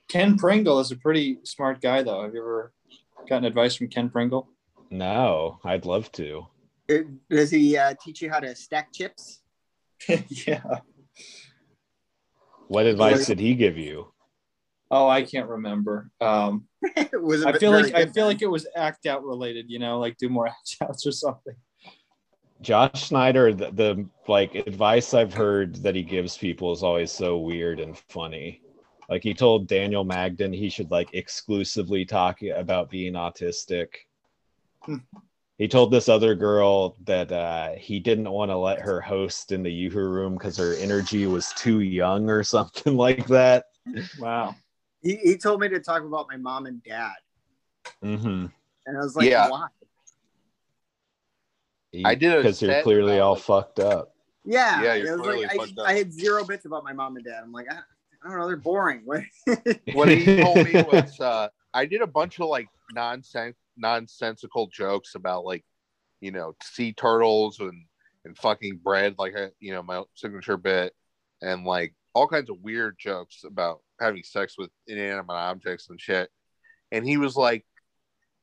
D: Ken Pringle is a pretty smart guy, though. Have you ever gotten advice from Ken Pringle?
C: no, I'd love to.
A: It- does he uh, teach you how to stack chips?
D: yeah.
C: What advice did he give you?
D: Oh, I can't remember. Um,
A: was
D: I feel like I feel like it was act out related. You know, like do more act outs or something.
C: Josh Snyder, the, the like advice I've heard that he gives people is always so weird and funny. Like he told Daniel Magden he should like exclusively talk about being autistic.
D: Hmm.
C: he told this other girl that uh, he didn't want to let her host in the Yoo-Hoo room because her energy was too young or something like that.
D: Wow.
A: he, he told me to talk about my mom and dad,
C: Mm-hmm.
A: and I was like,
B: Yeah.
A: why?
B: I did a
C: because you're
B: set
C: clearly
B: about
C: all
B: it.
C: fucked up.
A: Yeah,
B: Yeah, you're
A: I was
B: clearly
A: like,
B: fucked up.
A: I, I had zero bits about my mom and dad. I'm like, I, I don't know, they're boring. What?
B: What he told me was uh, I did a bunch of like nonsense nonsensical jokes about like you know sea turtles and and fucking bread, like I, you know my signature bit, and like all kinds of weird jokes about having sex with inanimate objects and shit. And he was like,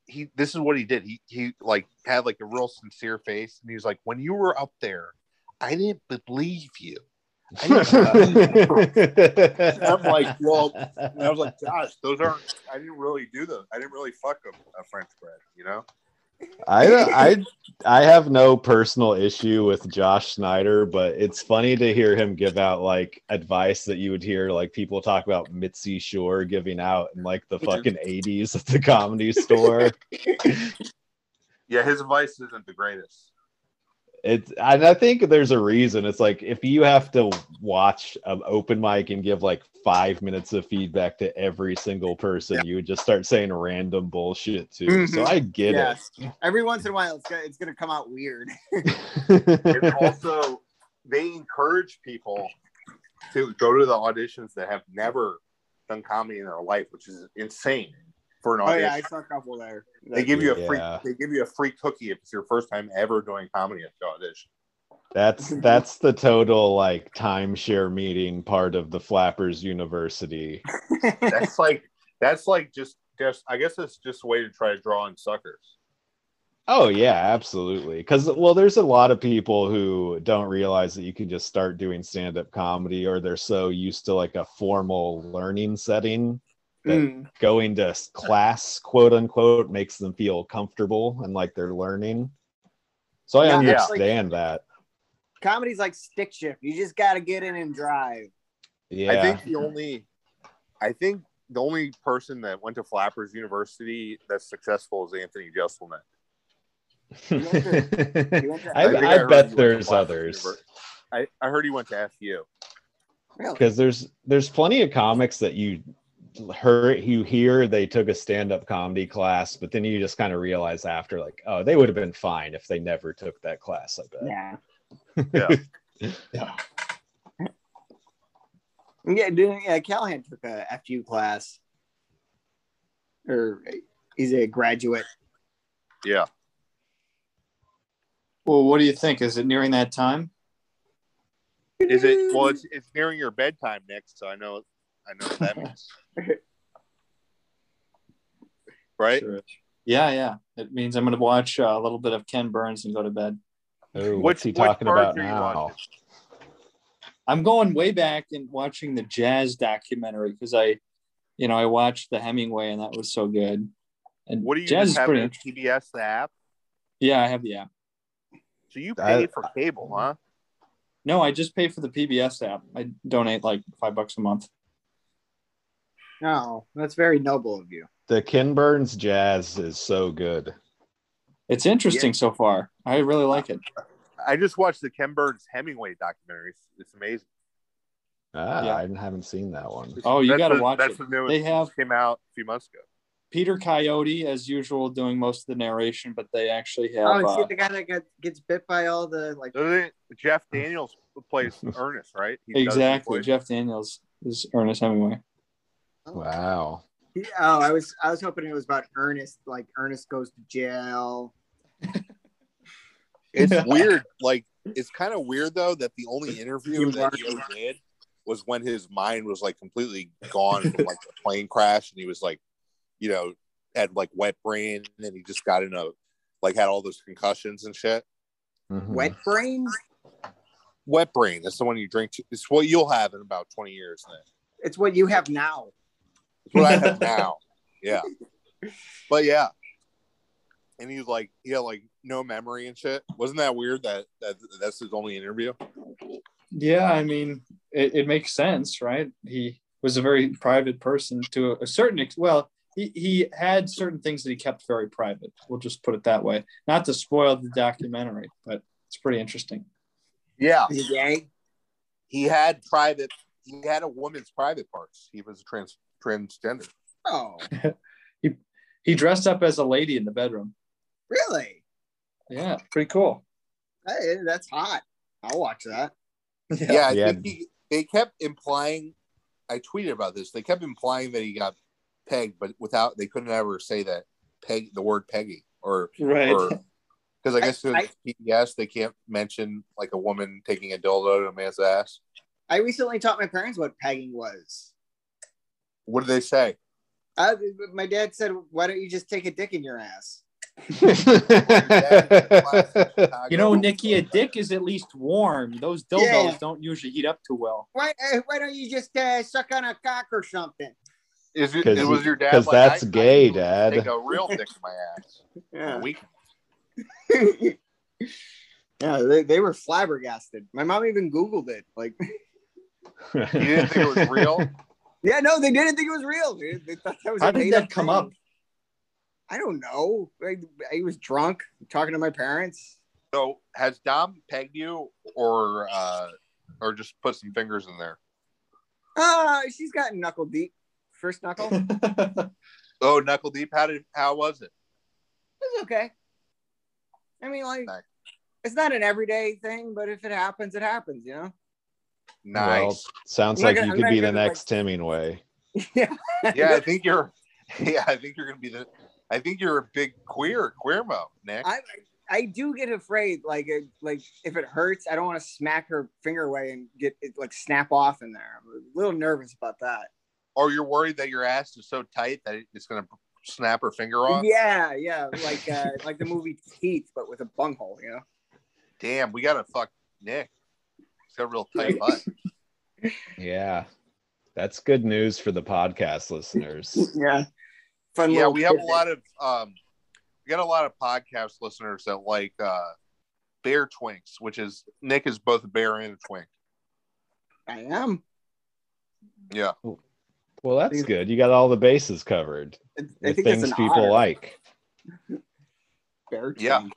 B: he this is what he did. He he like had like a real sincere face, and he was like, when you were up there, I didn't believe you. I didn't I'm like, well, And I was like, gosh, those aren't, I didn't really do those. I didn't really fuck a, a French bread, you know?
C: I I I have no personal issue with Josh Snyder, but it's funny to hear him give out like advice that you would hear like people talk about Mitzi Shore giving out in like the fucking eighties at the comedy store.
B: Yeah, his advice isn't the greatest.
C: It's and I think there's a reason. It's like if you have to watch an open mic and give like five minutes of feedback to every single person, you would just start saying random bullshit too. So I get
A: yes. Every once in a while, it's gonna, it's gonna come out weird.
B: It's
C: it.
B: also they encourage people to go to the auditions that have never done comedy in their life, which is insane for an
A: Oh
B: audition.
A: yeah, I saw a couple there.
B: they give you a free
C: Yeah.
B: they give you a free cookie if it's your first time ever doing comedy at the audition.
C: That's that's the total like timeshare meeting part of the Flappers University.
B: That's like that's like just just I guess it's just a way to try to draw in suckers.
C: Oh yeah, absolutely. Because well, there's a lot of people who don't realize that you can just start doing stand-up comedy, or they're so used to like a formal learning setting,
A: Mm.
C: going to s- class, quote unquote, makes them feel comfortable and like they're learning. So I
A: Yeah,
B: it's
A: like-
C: understand that.
A: Comedy's like stick shift. You just gotta get in and drive.
C: Yeah,
B: I think the only, I think the only person that went to Flappers University that's successful is Anthony Jesselman.
A: You went to-
C: I,
B: I think
C: I,
B: I heard you went
C: bet
B: to
C: there's
B: Flappers
C: others.
B: University. I, I heard he went to FU.
A: Really?
C: because there's there's plenty of comics that you heard you hear they took a stand-up comedy class but then you just kind of realize after like oh they would have been fine if they never took that class i bet
A: Yeah.
D: Yeah.
A: Yeah, didn't, yeah, Callahan took a FU class. Or he's a graduate.
B: Yeah.
D: Well, what do you think? Is it nearing that time?
B: Is it? Well, it's it's nearing your bedtime, Nick. So I know, I know what that means. Right.
D: Sure. Yeah, yeah. It means I'm going to watch uh, a little bit of Ken Burns and go to bed.
C: oh,
B: Which-
C: what's he
B: which
C: talking about
B: parts are you
C: now
B: watching?
D: I'm going way back and watching the jazz documentary because I, you know, I watched the Hemingway and that was so good. And
B: What do you
D: jazz
B: just
D: is
B: have?
D: pretty.
B: your TBS the app.
D: Yeah, I have the app.
B: So you
C: I-
B: pay for cable, huh?
D: No, I just pay for the PBS app. I donate like five bucks a month.
A: No, that's very noble of you.
C: the ken burns jazz is so good
D: It's interesting so far. I really like it.
B: I just watched the Ken Burns Hemingway documentary. It's, it's amazing.
C: ah,
D: Yeah.
C: i haven't seen that one
D: Oh, you
B: That's
D: got to
B: the-
D: watch
B: That's
D: it.
B: the new.
D: They have
B: came out a few months ago.
D: Peter Coyote as usual doing most of the narration, but they actually have.
A: Oh, and
D: uh,
A: see the guy that got, gets bit by all the like.
B: Doesn't it- Jeff Daniels plays Ernest, right? He does the
D: Exactly.
B: voice.
D: Jeff Daniels is Ernest Hemingway.
C: wow
A: he- Oh, I was I was hoping it was about Ernest. Like Ernest goes to jail.
B: It's
D: Yeah.
B: weird. Like it's kind of weird though that the only interview
A: You
B: that he ever did was when his mind was like completely gone from like the plane crash, and he was like, you know, had like wet brain, and he just got in a like had all those concussions and shit.
C: Mhm.
A: Wet brains.
B: Wet brain. That's the one you drink. To. It's what you'll have in about twenty years. Then
A: It's what you have now.
B: It's what I have now. Yeah. But yeah. And he was like, yeah, like no memory and shit. Wasn't that weird that, that that's his only interview?
D: Yeah, I mean, it, it makes sense, right? He was a very private person to a, certain ex- well, he, he had certain things that he kept very private. We'll just put it that way. Not to spoil the documentary, but it's pretty interesting.
B: Yeah.
A: Is he gay?
B: He had private he had a woman's private parts. He was a trans transgender.
A: Oh,
D: He dressed up as a lady in the bedroom.
A: really?
D: Yeah, pretty cool.
A: Hey, that's hot. I'll watch that.
B: Yeah, I
C: Yeah.
B: think he they kept implying I tweeted about this. They kept implying that he got pegged, but without they couldn't ever say that peg the word pegging or
D: Right.
B: because I guess
A: I-
B: with PBS they can't mention like a woman taking a dildo to a man's ass.
A: I recently taught my parents what pegging was.
B: What do they say?
A: I, my dad said, "Why don't you just take a dick in your ass?"
D: you know, Nikki, a dick is at least warm. Those dildos
A: Yeah.
D: don't usually heat up too well.
A: Why? eh, Why don't you just uh, suck on a cock or something?
B: Is it,
C: 'Cause-
B: it was your dad?
C: 'cause
B: like,
C: that's
B: I- I
C: gay,
B: can
C: Dad.
B: Take a real dick in my ass.
A: Yeah.
B: Weak.
A: yeah, they, they were flabbergasted. My mom even Googled it. Like,
B: You didn't think it was real?
A: yeah, no, they didn't think it was real. dude. They thought that was a
D: How did
A: made-up
D: that come
A: thing.
D: up?
A: I don't know. I, I was drunk talking to my parents.
B: So has Dom pegged you or uh or just put some fingers in there?
A: Ah, she's gotten knuckle deep. First knuckle. it
B: Oh, knuckle deep. How did how was it?
A: was okay. I mean, like,
B: Nice.
A: it's not an everyday thing, but if it happens, it happens, you know?
B: Nice.
A: I'm
C: sounds
A: not
C: like
A: gonna-
C: you
A: I'm
C: could
A: not
C: be the
A: gonna, like-
C: next Hemingway.
A: yeah.
B: yeah, I think you're yeah, I think you're gonna be the I think you're a big queer queermo, Nick.
A: I I do get afraid, like it, like if it hurts, I don't want to smack her finger away and get it like snap off in there. I'm a little nervous about that.
B: or you're worried that your ass is so tight that it's gonna snap her finger off.
A: Yeah, yeah, like uh, like the movie Teeth, but with a bunghole, you know.
B: Damn, we gotta fuck Nick. He's got a real tight butt.
C: Yeah, that's good news for the podcast listeners.
A: Yeah, fun.
B: yeah,
A: little
B: we have a
A: tidbit.
B: lot of um we got a lot of podcast listeners that like uh bear twinks, which is Nick is both a bear and a twink.
A: I am.
B: Yeah.
C: Well, that's good. You got all the bases covered
A: I- I think
C: with
A: that's
C: things
A: an
C: people
A: honor.
C: like.
A: Bear
B: Yeah.
A: Twink.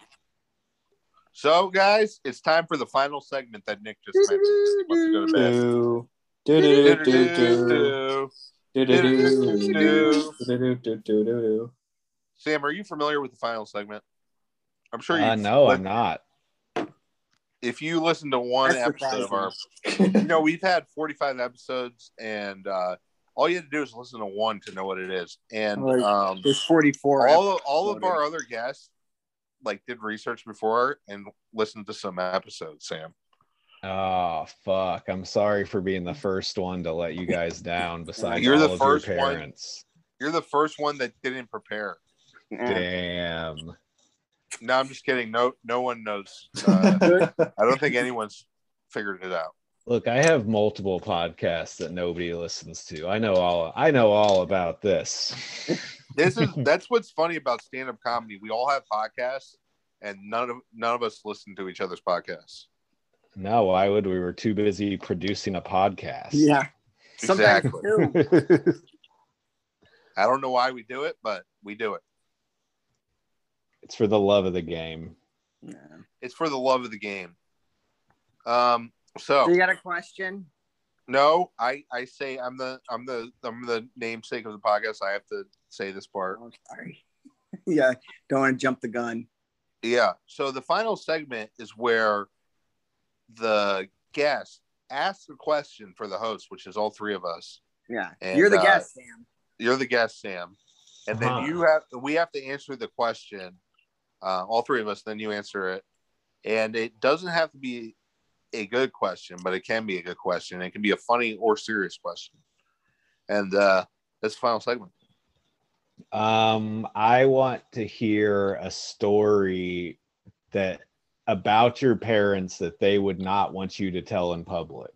B: So, guys, it's time for the final segment that Nick just mentioned. Let's go to bed.
D: Do, do, do, do, do, do,
B: Do-do-do-do.
D: do, do, do, do, do, do, do, do.
B: Sam, are you familiar with the final segment? I'm sure you.
C: Uh, no, I'm not.
B: If you listen to one
A: That's the
B: episode of our, you
D: do.
B: know, we've had 45 episodes, and uh, all you had to do is listen to one to know what it is. And
A: Right.
B: um,
A: There's 44.
B: all all of
A: uploaded.
B: our other guests like did research before and listened to some episodes. Sam,
C: Oh fuck! I'm sorry for being the first one to let you guys down. Besides
B: You're
C: all
B: the
C: of
B: first
C: your
B: one.
C: parents.
B: you're the first one that didn't prepare.
A: Yeah.
C: Damn.
B: No, I'm just kidding. No, no one knows. Uh, I don't think anyone's figured it out.
C: Look, I have multiple podcasts that nobody listens to. I know all. I know all about this.
B: This is that's what's funny about stand-up comedy. We all have podcasts, and none of none of us listen to each other's podcasts.
C: no, why would we were too busy producing a podcast?
A: Yeah. Sometimes
B: Exactly.
A: two.
B: I don't know why we do it, but we do it.
C: it's for the love of the game.
A: Yeah.
B: It's for the love of the game. Um. So
A: So you got a question?
B: no, I I say I'm the I'm the I'm the namesake of the podcast. I have to say this part.
A: Oh, sorry. yeah, don't want to jump the gun.
B: Yeah. So the final segment is where the guest asks a question for the host, which is all three of us.
A: Yeah,
B: And,
A: you're the
B: uh,
A: guest, Sam.
B: You're the guest, Sam, and then
C: Uh-huh.
B: you have we have to answer the question. Uh, all three of us. Then you answer it, and it doesn't have to be a good question, but it can be a good question. It can be a funny or serious question, and uh, that's the final segment.
C: Um, I want to hear a story that about your parents that they would not want you to tell in public.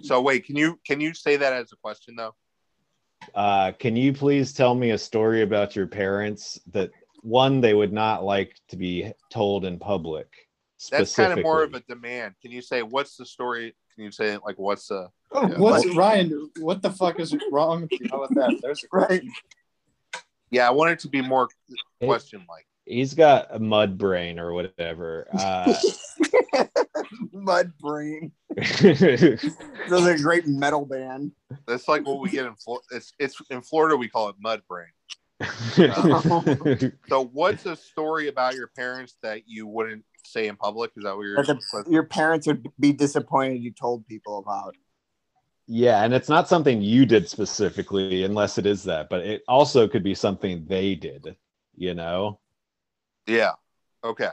B: So wait, can you can you say that as a question though?
C: Uh, can you please tell me a story about your parents that one they would not like to be told in public?
B: That's kind of more of a
C: specifically?
B: demand. Can you say what's the story? Can you say like what's the
D: Oh, What's Ryan? What the fuck is wrong with you? How about that? There's a
A: Right.
B: Yeah, I want it to be more question like.
C: He's got a mud brain or whatever. Uh,
A: Mud Brain. Those are a great metal band.
B: That's like what we get in Florida. It's it's in Florida we call it mud brain. So, what's a story about your parents that you wouldn't say in public? Is that what you're?
A: That the, your parents would be disappointed you told people about.
C: yeah, and it's not something you did specifically, unless it is that, but it also could be something they did, you know?
B: yeah. Okay.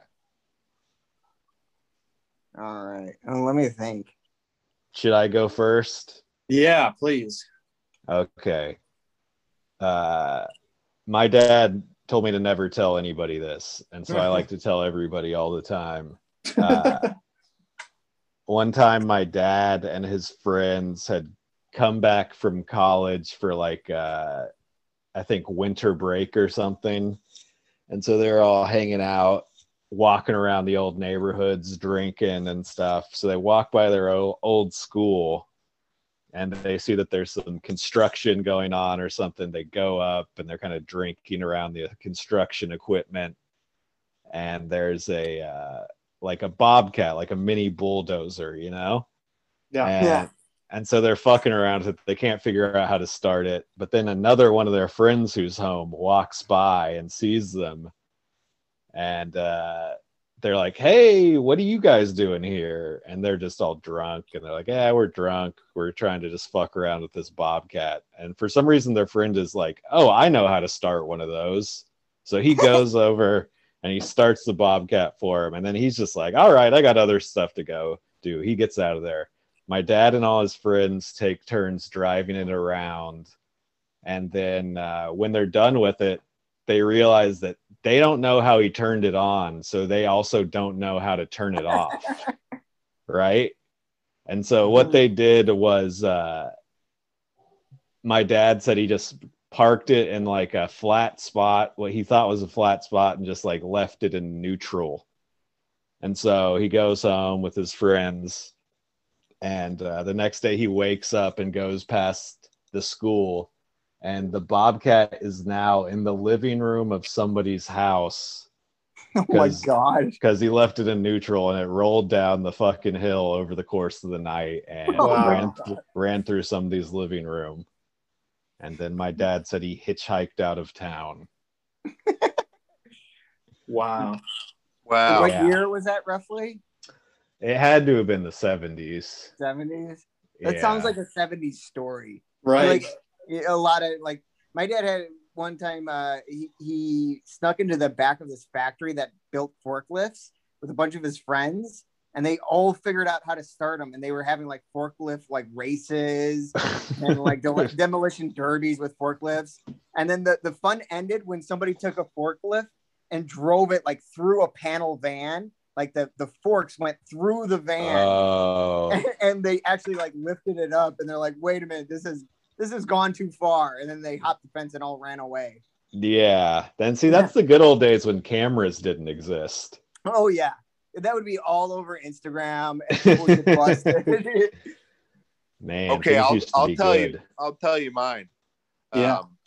A: All right. Oh, let me think.
C: Should I go first?
D: Yeah, please.
C: Okay. Uh, my dad told me to never tell anybody this, and so I like to tell everybody all the time. Uh, one time, my dad and his friends had come back from college for like, uh, I think winter break or something, And so they're all hanging out, walking around the old neighborhoods, drinking and stuff. So they walk by their o- old school and they see that there's some construction going on or something. They go up and they're kind of drinking around the construction equipment. And there's a, uh, like a bobcat, like a mini bulldozer, you know?
D: Yeah.
C: And,
A: Yeah.
C: and so they're fucking around with it. They can't figure out how to start it. But then another one of their friends who's home walks by and sees them. And uh, they're like, hey, what are you guys doing here? And they're just all drunk. And they're like, yeah, we're drunk. We're trying to just fuck around with this bobcat. And for some reason, their friend is like, oh, I know how to start one of those. So he goes over and he starts the bobcat for him. And then he's just like, all right, I got other stuff to go do. He gets out of there my dad and all his friends take turns driving it around and then uh, when they're done with it they realize that they don't know how he turned it on so they also don't know how to turn it off right and so what they did was uh, my dad said he just parked it in like a flat spot what he thought was a flat spot and just like left it in neutral and so he goes home with his friends and uh, the next day he wakes up and goes past the school and the bobcat is now in the living room of somebody's house
A: Oh my
C: 'Cause-
A: god.
C: because he left it in neutral and it rolled down the fucking hill over the course of the night and
A: Oh
D: my
C: ran, th- ran through somebody's living room and then my dad said he hitchhiked out of town
D: Wow.
A: what
B: Wow.
C: Oh, yeah.
A: year was that roughly?
C: it had to have been the 70s
A: 70s? That sounds
C: Yeah.
A: like a 70s story.
D: Right.
A: Like a lot of like my dad had one time uh he, he snuck into the back of this factory that built forklifts with a bunch of his friends and they all figured out how to start them and they were having like forklift like races and like del- demolition derbies with forklifts. And then the, the fun ended when somebody took a forklift and drove it like through a panel van. Like the, the forks went through the van
C: oh
A: and they actually like lifted it up and they're like, wait a minute, this is this has gone too far. And then they hopped the fence and all ran away.
C: yeah then see that's the good old days when cameras didn't exist
A: Oh yeah. That would be all over Instagram and people would get busted.
C: Man,
B: Okay,
C: things
B: I'll-
C: used to
B: I'll
C: be
B: tell you.
C: good.
B: I'll tell you mine.
D: Yeah.
B: Um,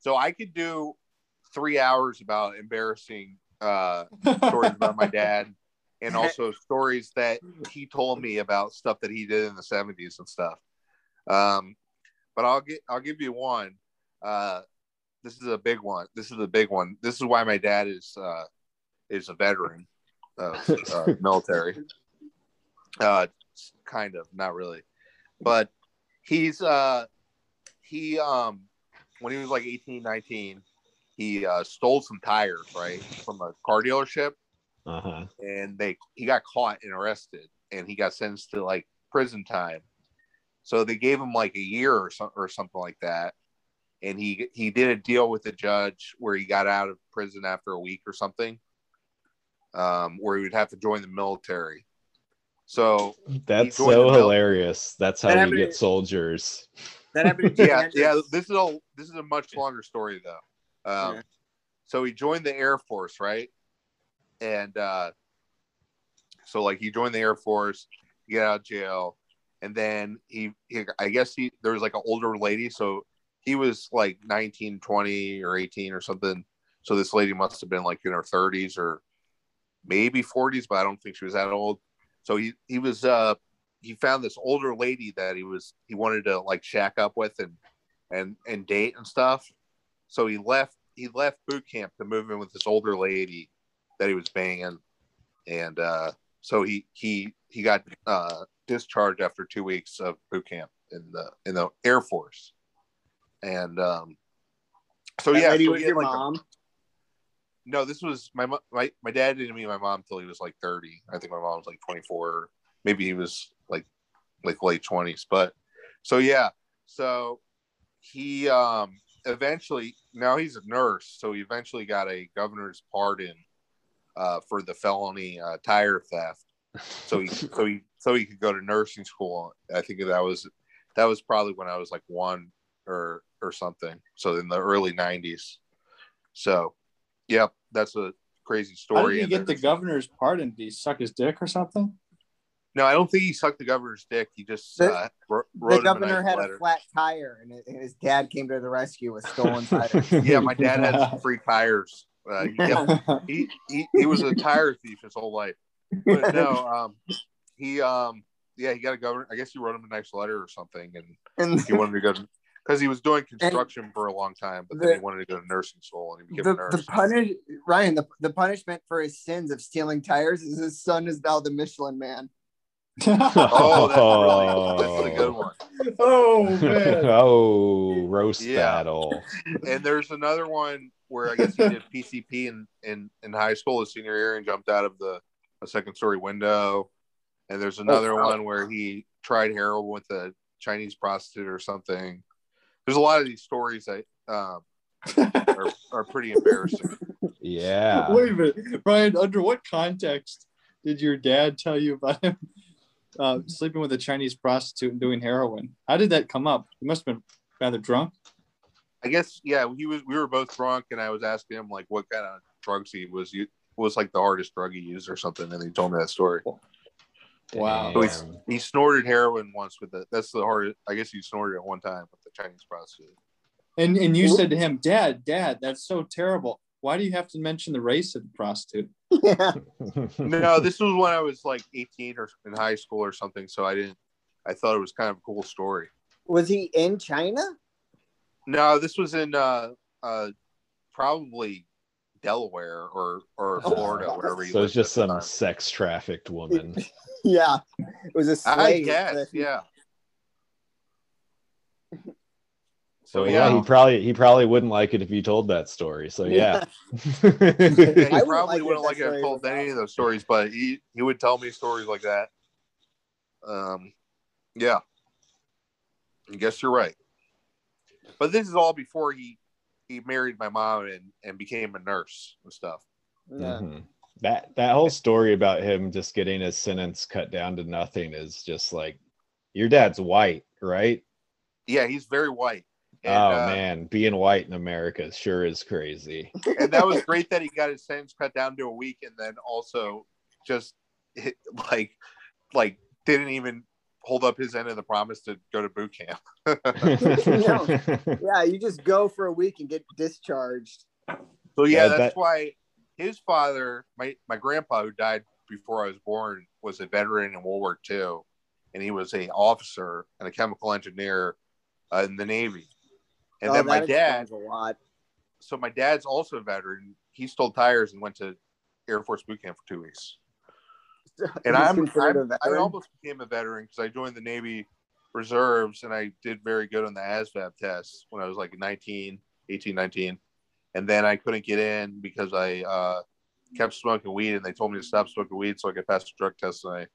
B: so I could do three hours about embarrassing uh, stories about my dad, and also stories that he told me about stuff that he did in the seventies and stuff. Um, but I'll get I'll give you one. Uh, this is a big one. This is a big one. This is why my dad is uh, is a veteran of uh, military. Uh, kind of, not really, but he's uh, he um, when he was like 18, 19, he uh, stole some tires right from a car dealership
C: Uh-huh.
B: and they he got caught and arrested and he got sentenced to like prison time so they gave him like a year or, so, or something like that and he he did a deal with the judge where he got out of prison after a week or something um, where he would have to join the military so
C: That's
B: joined the
C: so
B: mil-
C: hilarious. That's how
A: That
C: we
A: happened
C: get
A: to-
C: soldiers.
A: that happened to Jimi
B: yeah
A: Hendrix.
B: yeah this is a this is a much longer story though um,
A: Yeah.
B: so he joined the air force right and uh so like he joined the air force he got out of jail and then he, he i guess he there was like an older lady so he was like 19 20 or 18 or something so this lady must have been like in her 30s or maybe 40s but i don't think she was that old so he he was uh he found this older lady that he was he wanted to like shack up with and and and date and stuff so he left he left boot camp to move in with this older lady that he was banging and uh so he he he got uh discharged after two weeks of boot camp in the in the air force and um so
A: That
B: yeah
A: lady
B: so
A: was
B: he had,
A: your
B: like, a-
A: mom.
B: no, this was my mo- my my dad didn't meet my mom until he was like thirty. I think my mom was like twenty four. Maybe he was like like late twenties. But so yeah, so he um eventually now he's a nurse, so he eventually got a governor's pardon uh, for the felony uh, tire theft. So he so he so he could go to nursing school. I think that was that was probably when I was like one or or something. So in the early nineties. So yep, that's a crazy
D: How did
B: story.
D: he
B: in
D: get the
B: there.
D: governor's pardon? Did he suck his dick or something?
B: no, I don't think he sucked the governor's dick. He just
A: The-
B: uh, wr- wrote
A: The
B: him a
A: governor
B: nice
A: had
B: letter.
A: a flat tire, and it- and his dad came to the rescue with stolen tires.
B: yeah, my dad had some free tires. Uh, he, kept-
D: Oh,
B: he, he he was a tire thief his whole life. But no, um, he um, yeah, he got a governor. I guess he wrote him a nice letter or something, and
A: and
B: he wanted to go because he was doing construction for a long time, but
A: The-
B: then he wanted to go to nursing school and he became
A: the,
B: a nurse.
A: the punish Ryan the, the punishment for his sins of stealing tires is his son is now the Michelin man.
B: oh, that's, really, that's a good one.
D: oh man.
C: oh, roast
B: Yeah.
C: battle.
B: And there's another one where I guess he did PCP in, in, in high school, his senior year, and jumped out of the a second story window. And there's another
A: wow.
B: one where he tried heroin with a Chinese prostitute or something. There's a lot of these stories that um, are, are pretty embarrassing.
C: Yeah.
D: Wait a minute, Brian. Under what context did your dad tell you about him uh, sleeping with a Chinese prostitute and doing heroin? How did that come up? You must have been rather drunk.
B: I guess yeah, he was. We were both drunk, and I was asking him like what kind of drugs he was. u- was like the hardest drug he used or something, and he told me that story.
D: Wow.
B: So
C: Damn.
B: He snorted heroin once with the. That's the hardest. I guess he snorted at one time with the Chinese prostitute.
D: And and you said to him, Dad, Dad, that's so terrible. Why do you have to mention the race of the prostitute?
A: Yeah.
B: No, this was when I was like 18 or in high school or something. So I didn't. I thought it was kind of a cool story.
A: Was he in China?
B: No, this was in uh, uh, probably Delaware or or
C: Oh.
B: Florida, wherever. he
C: so
B: lived
C: it's just
B: at the
C: some
B: time.
C: sex trafficked woman.
A: Yeah, it was a
B: I
A: slave.
B: guess, yeah.
C: So
B: So
C: yeah,
B: yeah,
C: he probably he probably wouldn't like it if you told that story. So yeah.
B: Yeah, he
A: I wouldn't like
B: probably
A: it if
B: wouldn't like
A: that
B: it
A: story
B: told
A: was out.
B: any of those stories, but he, he would tell me stories like that. Um, yeah, I guess you're right. But this is all before he he married my mom and and became a nurse and stuff.
A: Yeah.
B: Mm-hmm.
C: Mhm. That that whole story about him just getting his sentence cut down to nothing is just like your dad's white, right?
B: Yeah, he's very white. And,
C: oh
B: uh,
C: man, being white in America sure is crazy.
B: and that was great that he got his sentence cut down to a week, and then also just hit, like like didn't even hold up his end of the promise to go to boot camp.
A: Yeah, you just go for a week and get discharged.
B: So yeah,
C: Yeah,
B: that's
C: that-
B: why his father, my my grandpa, who died before I was born, was a veteran in World War II, and he was a officer and a chemical engineer uh, in the Navy. And
A: Oh,
B: then my
A: that
B: dad,
A: explains a lot.
B: so my dad's also a veteran. He stole tires and went to Air Force boot camp for two weeks. And
A: He's
B: I'm,
A: considered a
B: I'm I
A: veteran.
B: almost became a veteran because I joined the Navy Reserves and I did very good on the ASVAB test when I was like 19, 18, 19. And then I couldn't get in because I uh, kept smoking weed and they told me to stop smoking weed so I could pass the drug test. And I,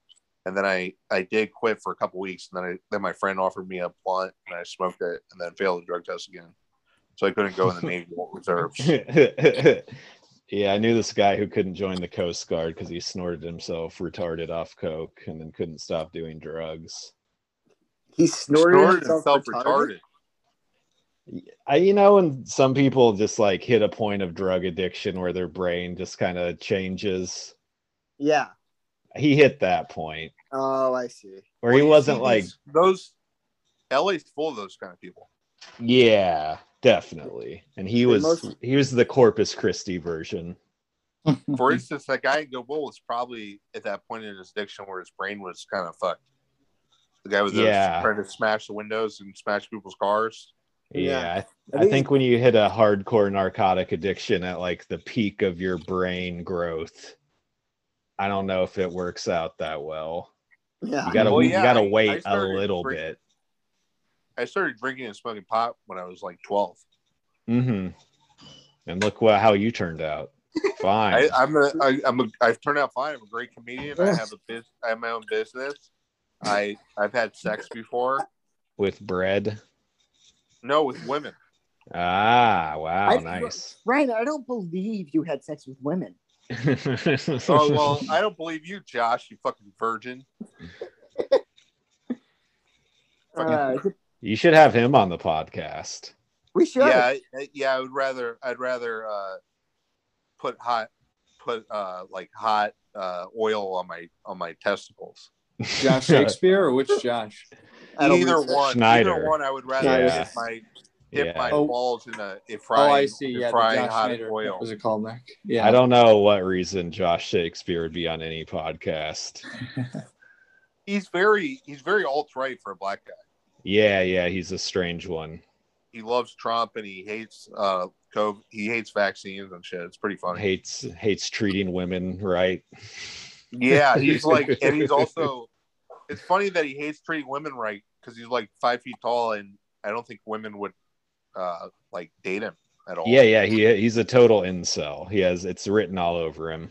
B: and then I, I did quit for a couple weeks. And then I, then my friend offered me a blunt and I smoked it and then failed the drug test again. So I couldn't go in the Navy Reserves.
C: yeah, I knew this guy who couldn't join the Coast Guard because he snorted himself retarded off coke and then couldn't stop doing drugs.
A: he snorted,
B: Snorted
A: himself retarded.
B: himself retarded.
C: I, you know, and some people just like hit a point of drug addiction where their brain just kind of changes.
A: Yeah.
C: He hit that point
A: Oh, I see.
C: where
B: Well,
C: he
B: you
C: wasn't
B: see
C: like,
B: these- those. LA's full of those kind of people.
C: yeah, definitely. And he
A: They
C: was
A: most-
C: he was the Corpus Christi version. Mm-hmm.
B: For instance, that guy in Go Bull was probably at that point in his addiction where his brain was kind of fucked. The guy was
C: Yeah.
B: trying to smash the windows and smash people's cars.
A: Yeah.
C: Yeah, I,
A: I
C: I
A: think-
C: think, when you hit a hardcore narcotic addiction at like the peak of your brain growth, I don't know if it works out that well.
A: Yeah.
C: You gotta
B: Well, yeah,
C: you gotta
B: I- I
C: wait a
B: started
C: little
B: freaking-
C: bit.
B: I started drinking and smoking pot when I was like 12.
C: Mm-hmm. And look what, how you turned out.
B: I,
C: Fine.
B: I'm a, I, I'm a, I've turned out fine. I'm a great comedian. I have a biz, I have my own business. I, I've had sex before.
C: with bread.
B: No, with women.
C: Ah, wow,
A: I-
C: nice.
A: Ryan, I don't believe you had sex with women.
B: Oh well, I don't believe you, Josh. You fucking virgin. Fucking-
A: Uh,
C: you should have him on the podcast.
A: we should.
B: Yeah, I- I- yeah. I would rather. I'd rather uh, put hot put uh like hot uh oil on my on my testicles.
D: Josh Shakespeare or which Josh?
A: I don't
B: Either
A: research.
B: one,
C: Schneider.
B: either one, I would rather
C: Yeah.
B: dip my dip
C: Yeah.
B: my
D: Oh.
B: balls in a in
D: oh, I
B: frying,
D: see.
B: in
D: Yeah, the
B: frying
D: Josh
B: hot
D: Schneider. What
B: oil.
D: was it called, Mac? Yeah.
C: I don't know what reason Josh Shakespeare would be on any podcast.
B: He's very he's very alt right for a black guy.
C: Yeah, yeah, he's a strange one.
B: He loves Trump and he hates uh COVID. He hates vaccines and shit. It's pretty funny.
C: Hates hates treating women right.
B: Yeah, he's like, and he's also. It's funny that he hates treating women right because he's like five feet tall, and I don't think women would uh like date him at all.
C: Yeah, yeah, he he's a total incel. He has it's written all over him,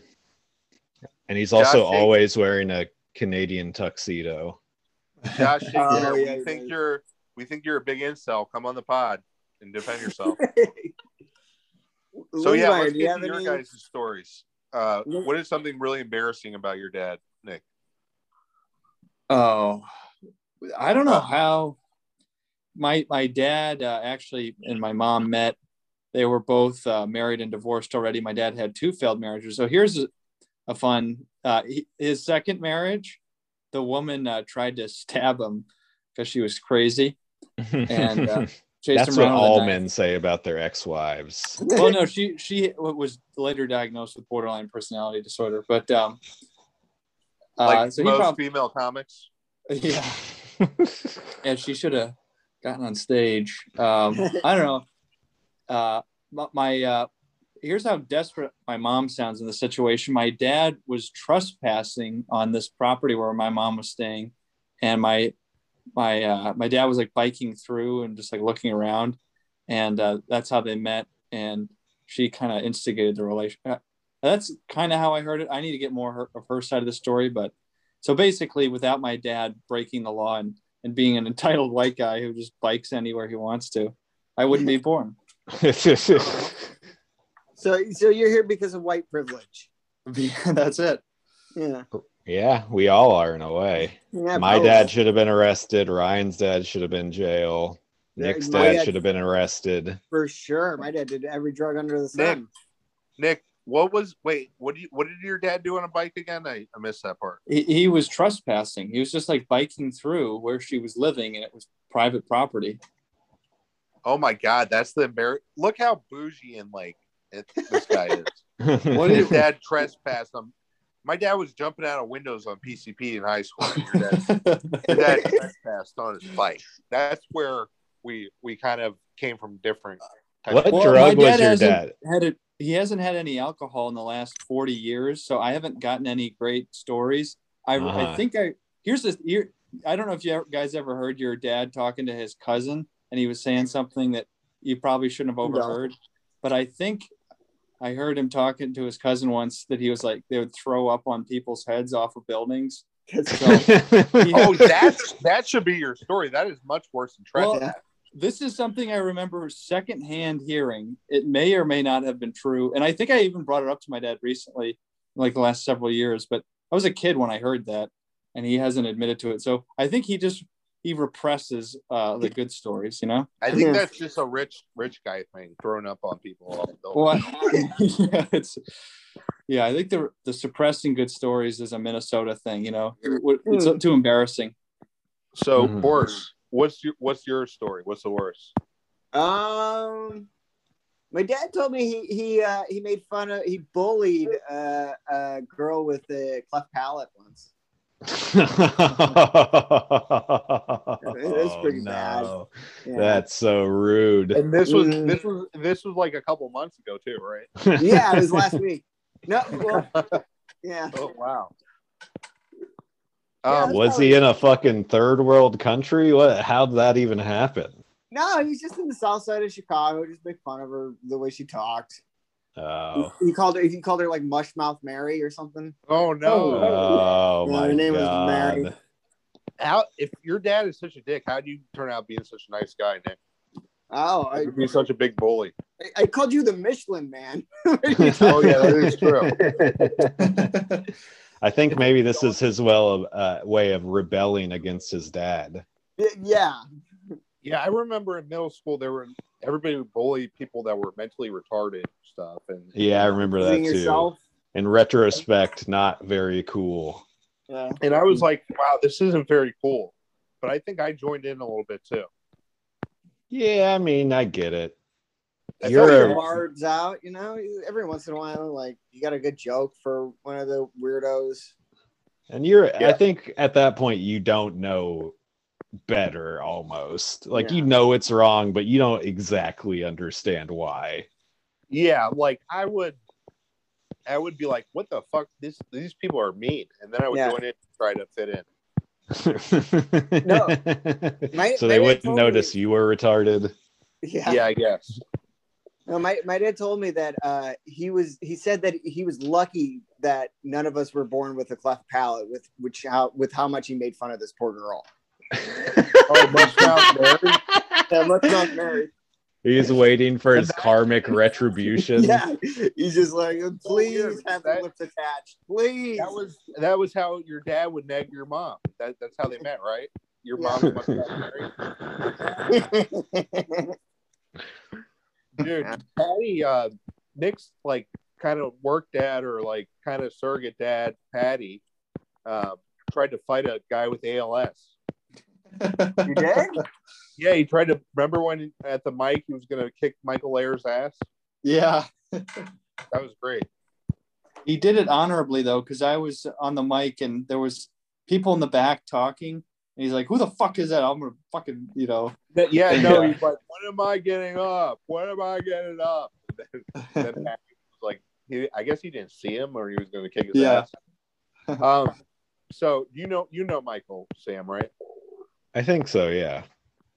C: and he's also
B: Josh Shakespeare-
C: always wearing a Canadian tuxedo.
B: Josh, Shakespeare,
A: Oh,
B: we
A: yeah, yeah,
B: think
A: yeah.
B: you're we think you're a big incel. Come on the pod and defend yourself. so
A: Levi,
B: yeah, let's
A: do you
B: get
A: have
B: to your
A: any?
B: guys' stories. Uh,
A: Le-
B: what is something really embarrassing about your dad, Nick?
D: Oh, I don't know how my my dad uh, actually and my mom met. They were both uh, married and divorced already. My dad had two failed marriages. So here's a, a fun. Uh, he- his second marriage, the woman uh, tried to stab him because she was crazy. And, uh, Chased
C: That's
D: him
C: what
D: around with a
C: all
D: knife.
C: men say about their ex-wives.
D: well no she she was later diagnosed with borderline personality disorder but um uh,
B: Like
D: so he
B: most
D: probably
B: female comics.
D: yeah and she should have gotten on stage um i don't know uh my- my uh here's how desperate my mom sounds in the situation my dad was trespassing on this property where my mom was staying and my my uh my dad was like biking through and just like looking around and uh that's how they met and she kind of instigated the relation uh, that's kind of how i heard it i need to get more her- of her side of the story but so basically without my dad breaking the law and, and being an entitled white guy who just bikes anywhere he wants to i wouldn't be born
A: so, so you're here because of white privilege.
D: that's it
A: Yeah.
C: yeah, we all are in a way.
A: Yeah,
C: My
A: both.
C: dad should have been arrested. Ryan's dad should have been jail.
A: Yeah,
C: Nick's
A: my
C: dad
A: dad-
C: should have been arrested.
A: for sure. My dad did every drug under the sun.
B: Nick, what was wait? What do you, what did your dad do on a bike again? I, I missed that part.
D: he, he was trespassing he was just like biking through where she was living and it was private property
B: Oh my god, that's the embarrass. Look how bougie and like it, this guy is.
D: What
B: His
D: is-
B: dad trespassed on. My dad was jumping out of windows on PCP in high school. Your dad, your dad trespassed on his bike. That's where we we kind of came from different.
C: What
D: Well, my
C: drug was
D: dad
C: your
D: hasn't-
C: dad?
D: had it he hasn't had any alcohol in the last 40 years so i haven't gotten any great stories i, I
C: Uh-huh.
D: think i here's this here, i don't know if you ever, guys ever heard your dad talking to his cousin and he was saying something that you probably shouldn't have
A: No.
D: overheard but i think i heard him talking to his cousin once that he was like they would throw up on people's heads off of buildings
A: That's-
D: so
B: Oh, that's that should be your story. That is much worse than
D: Well,
B: trespass.
D: this is something I remember secondhand hearing. It may or may not have been true. And I think I even brought it up to my dad recently, like the last several years, but I was a kid when I heard that and he hasn't admitted to it. So I think he just, he represses uh, the good stories, you know?
B: I think
A: Yeah.
B: that's just a rich rich guy thing, throwing up on people. off the building.
D: Well, I- yeah, it's, yeah, I think the, the suppressing good stories is a Minnesota thing, you know? It's too embarrassing.
B: So,
C: Mhm.
B: Boris, what's your what's your story? What's the worst?
A: Um, my dad told me he he uh, he made fun of he bullied uh, a girl with a cleft palate once.
C: that's
A: pretty bad. Yeah.
C: Oh, That's so rude.
B: And this was
A: Mm.
B: this was this was like a couple months ago too, right?
A: yeah, it was last week. No, well, yeah.
B: Oh wow.
A: Yeah,
B: Um,
A: that's
C: was he in a fucking third world country? What? How'd that even happen?
A: No, he's just in the south side of Chicago. Just make fun of her the way she talked.
C: Oh,
A: He called her. He called her like Mushmouth Mary or something.
B: oh no!
C: oh
A: Yeah,
C: my
A: her name was
C: god!
A: Mary.
B: How if your dad is such a dick, how do you turn out being such a nice guy, Nick?
A: Oh, I,
B: You'd be such a big bully.
A: I called you the Michelin Man.
B: Oh yeah, that is true.
C: I think maybe this is his well of, uh, way of rebelling against his dad.
A: yeah,
B: Yeah, I remember in middle school there were everybody would bully people that were mentally retarded and stuff, and
C: Yeah, I remember that
A: Including
C: too.
A: yourself.
C: In retrospect, not very cool.
A: Yeah.
B: and I was like, wow, this isn't very cool. But I think I joined in a little bit too.
C: Yeah, I mean, I get it.
B: I
C: You're
B: thought
A: Your
B: you
C: a-
A: barbs out, you know. Every once in a while, like you got a good joke for one of the weirdos.
C: And you're, I
B: Yeah.
C: think at that point, you don't know better almost. Like, you
A: Yeah.
C: know it's wrong, but you don't exactly understand why.
B: Yeah, like I would, I would be like, "What the fuck? This these people are mean," and then I would
A: Yeah.
B: join in, and try to fit in.
C: no.
A: My-
C: so they
A: my dad
C: wouldn't
A: told
C: notice
A: me-
C: you were retarded.
B: Yeah, I guess.
A: No, my, my dad told me that uh, he was he said that he was lucky that none of us were born with a cleft palate with which how with how much he made fun of this poor girl.
B: Oh, but Stroud Mary?
A: That looks not married.
C: He's waiting for his karmic retribution.
A: Yeah. He's just like, please have the
B: That-
A: lips attached. Please.
B: that was that was how your dad would nag your mom. That, that's how they met, right? Your
A: Yeah.
B: mom must have married. dude. Patty, uh, Nick's like kind of work dad or like kind of surrogate dad. Patty uh, tried to fight a guy with ALS.
A: you did?
B: Yeah, he tried to remember when at the mic he was gonna kick Michael Ayer's ass.
D: yeah.
B: That was great.
D: He did it honorably though, because I was on the mic and there was people in the back talking. And he's like, "Who the fuck is that? I'm gonna fucking, you know."
B: That- yeah, no,
D: Yeah.
B: he's like, when am I getting up? When am I getting up? And then, then Patty was like, he, I guess he didn't see him or he was gonna kick his
D: Yeah.
B: ass. Um, so you know, you know Michael Sam, right?
C: I think so. Yeah.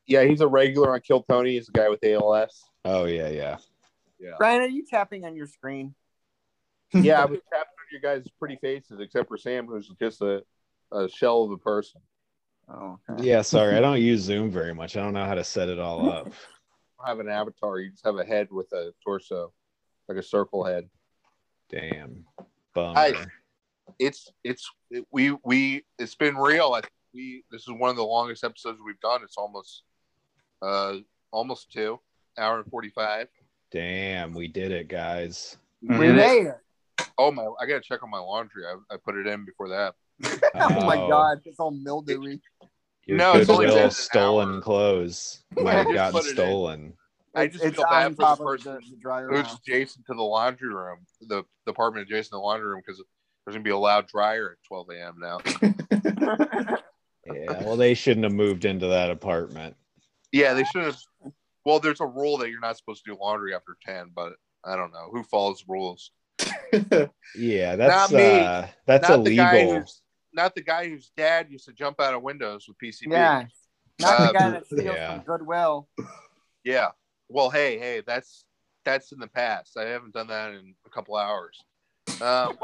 B: Yeah, he's a regular on Kill Tony. He's a guy with ALS.
C: Oh, yeah. Yeah.
B: Yeah,
A: Brian, are you tapping on your screen?
B: yeah, I was tapping on your guys' pretty faces, except for Sam, who's just a, a shell of a person.
A: Oh, okay.
C: Yeah. Sorry. I don't use Zoom very much. I don't know how to set it all up.
B: I don't have an avatar. You just have a head with a torso, like a circle head.
C: Damn. Bummer.
B: Hi. it's it's it, we we it's been real. I, we this is one of the longest episodes we've done. It's almost uh almost two hour and forty five.
C: Damn. We did it, guys. Mm-hmm.
A: We made it.
B: Oh my! I gotta check on my laundry. I, I put it in before that.
A: Oh my
C: Oh,
A: god, it's all mildewy.
C: Your
B: No,
C: no,
B: it's only been
C: goodwill
B: an
C: stolen
B: hour.
C: clothes
B: I
C: might have
B: just
C: gotten
B: put it in.
C: stolen.
B: I
A: It's-
B: just
A: it's
B: feel bad
A: on
B: for the
A: top of
B: person
A: the dryer
B: It's
A: now.
B: adjacent to the laundry room, the, the apartment adjacent to the laundry room, because there's gonna be a loud dryer at twelve a.m. now.
C: Yeah. Well, they shouldn't have moved into that apartment.
B: Yeah, they should have. Well, there's a rule that you're not supposed to do laundry after ten, but I don't know who follows rules.
C: Yeah. That's
B: Not me.
C: uh, that's
B: not the guy
C: illegal.
B: who's not the guy whose dad used to jump out of windows with PCB.
A: Yeah. Not the
B: Uh,
A: guy that steals
C: yeah.
A: from Goodwill.
B: Yeah. Well, hey, hey, that's that's in the past. I haven't done that in a couple hours. Um,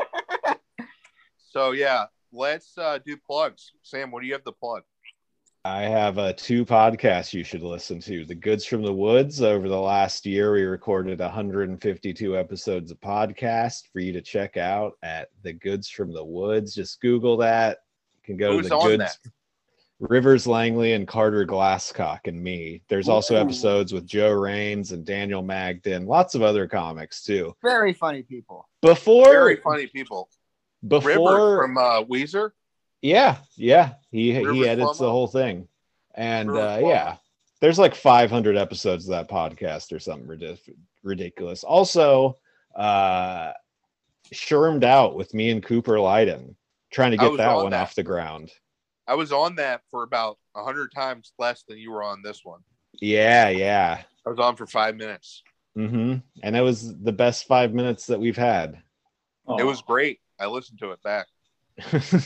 B: so yeah, let's uh, do plugs. Sam, what do you have to plug?
C: I have uh, two podcasts you should listen to. The Goods from the Woods. Over the last year, we recorded 152 episodes of podcast for you to check out at The Goods from the Woods. Just Google that. You can go
B: Who's
C: to The
B: on
C: Goods.
B: that?
C: Rivers Langley and Carter Glasscock and me. There's also
A: Ooh.
C: episodes with Joe Raines and Daniel Magden, lots of other comics too.
A: Very funny people.
C: Before,
B: Very funny people. River
C: before,
B: from uh, Weezer.
C: yeah, yeah, he
B: Rivers
C: he edits the
B: Cuomo?
C: whole thing, and
B: Rivers
C: uh,
B: Cuomo?
C: yeah, there's like 500 episodes of that podcast or something ridic- ridiculous. Also, uh, Shermed out with me and Cooper Lyden, trying to
B: I
C: get
B: was
C: that
B: on
C: one
B: that.
C: off the ground.
B: I was on that for about hundred times less than you were on this one.
C: Yeah, yeah.
B: I was on for five minutes.
C: hmm And it was the best five minutes that we've had.
B: It was great. I listened to it back.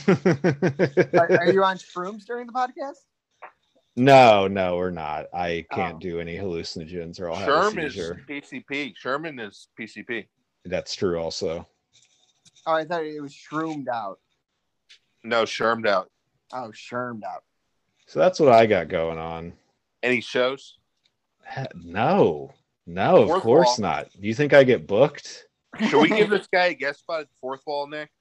A: Are, are you on shrooms during the podcast?
C: no, no, we're not. I can't
A: Oh.
C: do any hallucinogens or I'll have
B: Sherm
C: a
B: is
C: seizure.
B: PCP. Sherman is PCP.
C: That's true also.
A: Oh, I thought it was shroomed out.
B: No, Shermed out.
A: Oh, shermed out.
C: So that's what I got going on.
B: Any shows?
C: He- No, no, of
B: Fourth
C: course
B: wall.
C: not. Do you think I get booked?
B: Should we give this guy a guest spot at the fourth wall, Nick?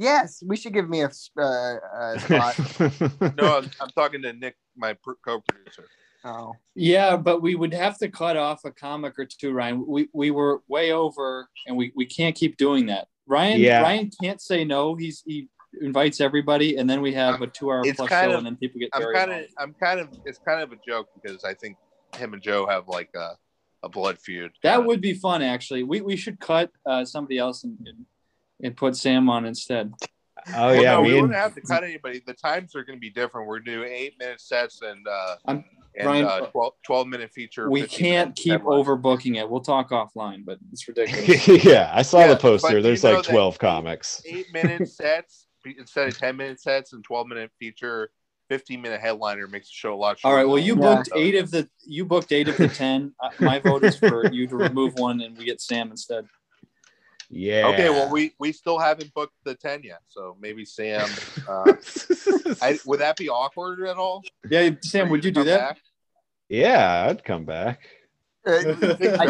A: Yes, we should give me a, uh, a spot.
B: No, I'm, I'm talking to Nick, my pro- co-producer.
A: Oh,
D: Yeah, but we would have to cut off a comic or two, Ryan. We we were way over, and we we can't keep doing that. Ryan
C: Yeah.
D: Ryan can't say no. He's he invites everybody, and then we have a two-hour
B: It's
D: plus
B: kind
D: show,
B: of-
D: and then people get
B: I'm
D: very.
B: kind of,
D: annoyed.
B: I'm kind of, it's kind of a joke because I think him and Joe have like a, a blood feud.
D: That would be fun, actually. We we should cut uh, somebody else and, and and put Sam on instead.
C: Oh
B: Well,
C: yeah,
B: no, we
C: me and-
B: wouldn't have to cut anybody. The times are going to be different. We're doing eight minute sets and uh,
D: I'm-
B: and
D: Ryan-
B: uh, 12, 12 minute feature.
D: We
B: 15
D: can't keep
B: deadline.
D: overbooking it. We'll talk offline, but it's ridiculous.
C: yeah, I saw
B: Yeah,
C: the poster.
B: but
C: There's
B: you know
C: like
B: that-
C: 12 comics.
B: eight minute sets be- instead of ten minute sets and twelve minute feature. Fifteen minute headliner makes the show a lot.
D: All
B: shorter.
D: right. Well, you
A: Yeah.
D: booked eight of the you booked eight of the ten. Uh, My vote is for you to remove one, and we get Sam instead.
C: Yeah.
B: Okay, well we we still haven't booked the ten yet, so maybe Sam. Uh, I, would that be awkward at all?
D: Yeah, Sam,
B: For
D: would
B: to
D: you do
B: come
D: that?
B: back?
C: yeah, I'd come back.
A: Uh, I
B: Joe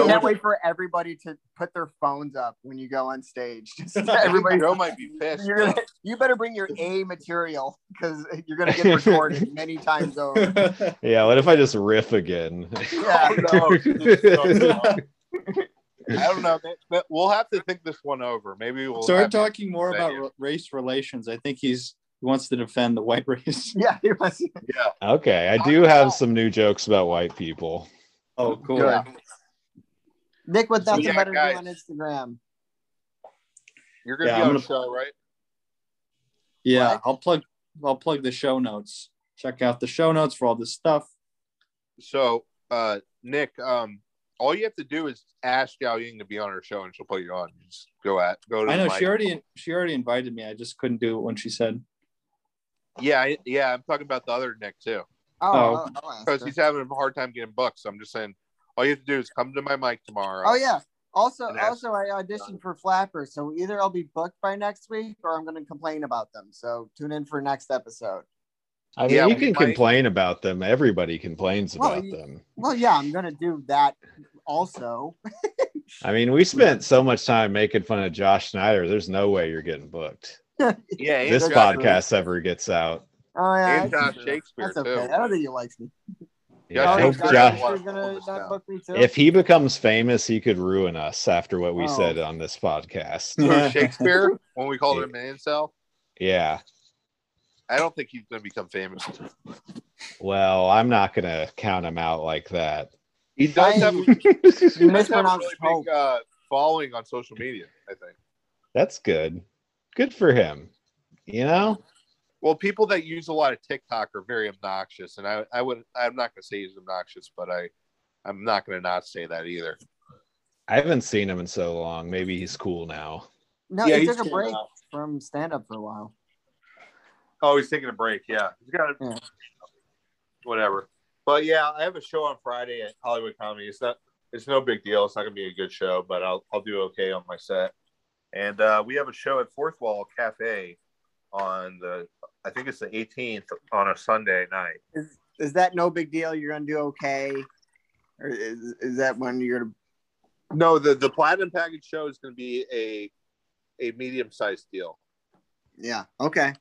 A: can't
B: would-
A: wait for everybody to put their phones up when you go on stage. Just everybody,
B: Joe might be pissed.
A: you're gonna, you better bring your A material because you're going to get recorded many times over.
C: Yeah, what if I just riff again?
A: Yeah.
B: Oh, no. I don't know. That- But we'll have to think this one over. Maybe we'll
D: Start
B: have you-
D: talking more about
B: idea.
D: ra- race relations. I think he's he wants to defend the white race.
A: Yeah, it was-
B: Yeah.
C: okay, I do have some new jokes about white people.
D: Oh, cool.
A: Good. Nick with
D: So,
A: nothing
B: yeah,
A: better to
B: guys.
A: do on Instagram.
B: You're gonna
D: Yeah,
B: be
D: I'm
B: on the
D: gonna-
B: show, right?
D: Yeah, I'll plug I'll plug the show notes. Check out the show notes for all this stuff.
B: So, uh, Nick, um, all you have to do is ask Yao Ying to be on her show, and she'll put you on. Just go at go to.
D: I
B: the
D: know
B: mic.
D: she already she already invited me. I just couldn't do it when she said.
B: Yeah, I, yeah. I'm talking about the other Nick too,
A: Oh, I'll- I'll ask
B: because
A: her.
B: he's having a hard time getting booked. So I'm just saying, all you have to do is come to my mic tomorrow.
A: oh yeah. Also,
B: And ask-
A: also, I auditioned for Flapper, so either I'll be booked by next week or I'm going to complain about them. So tune in for next episode.
C: I mean,
B: Yeah,
C: you
B: we
C: can
B: might-
C: complain about them. Everybody complains
A: Well,
C: about
A: you-
C: them.
A: Well, yeah, I'm going to do that also.
C: I mean, we spent so much time making fun of Josh Snyder. There's no way you're getting booked.
B: yeah. and
C: this
A: that's
B: Josh-
A: true.
C: podcast ever gets out.
A: Oh yeah, that's
B: and Josh
A: true.
B: Shakespeare
A: That's okay.
B: too.
A: I don't think he likes me.
C: Yeah,
A: Oh,
B: Josh
C: I hope
B: Snyder
C: Josh-
B: was-
A: Shakespeare's gonna not book me too.
C: if he becomes famous, he could ruin us after what we
A: Oh.
C: said on this podcast.
B: Who, Shakespeare when we called
C: Yeah.
B: him an incel.
C: Yeah.
B: I don't think he's gonna become famous.
C: Well, I'm not gonna count him out like that.
B: He does
A: I-
B: have a,
A: you
B: he does have a
A: mispronounced
B: really
A: hope.
B: big uh, following on social media. I think.
C: That's good. Good for him. You know?
B: Well, people that use a lot of TikTok are very obnoxious, and I, I would I'm not going to say he's obnoxious, but I I'm not going to not say that either.
C: I haven't seen him in so long. Maybe he's cool now.
A: No,
B: Yeah,
A: he
B: he's
A: took a
B: came
A: break
B: out.
A: from stand up for a while.
B: Oh, he's taking a break. Yeah, he's got
A: Yeah.
B: whatever. But yeah, I have a show on Friday at Hollywood Comedy. It's not it's no big deal. It's not going to be a good show, but I'll I'll do okay on my set. And uh, we have a show at Fourth Wall Cafe on the I think it's the 18th on a Sunday night.
A: Is that no big deal? You're gonna do okay, or is, is that when you're gonna?
B: No, the the platinum package show is going to be a a medium sized deal.
A: Yeah. Okay.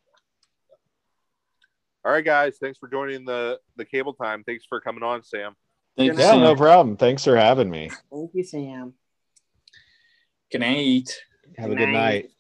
B: All right, guys. Thanks for joining the the cable time. Thanks for coming on, Sam.
D: Thank you,
C: Yeah,
D: Sam.
C: no problem. Thanks for having me.
A: Thank you, Sam.
D: Good night.
C: Have a good
A: Night.
C: night.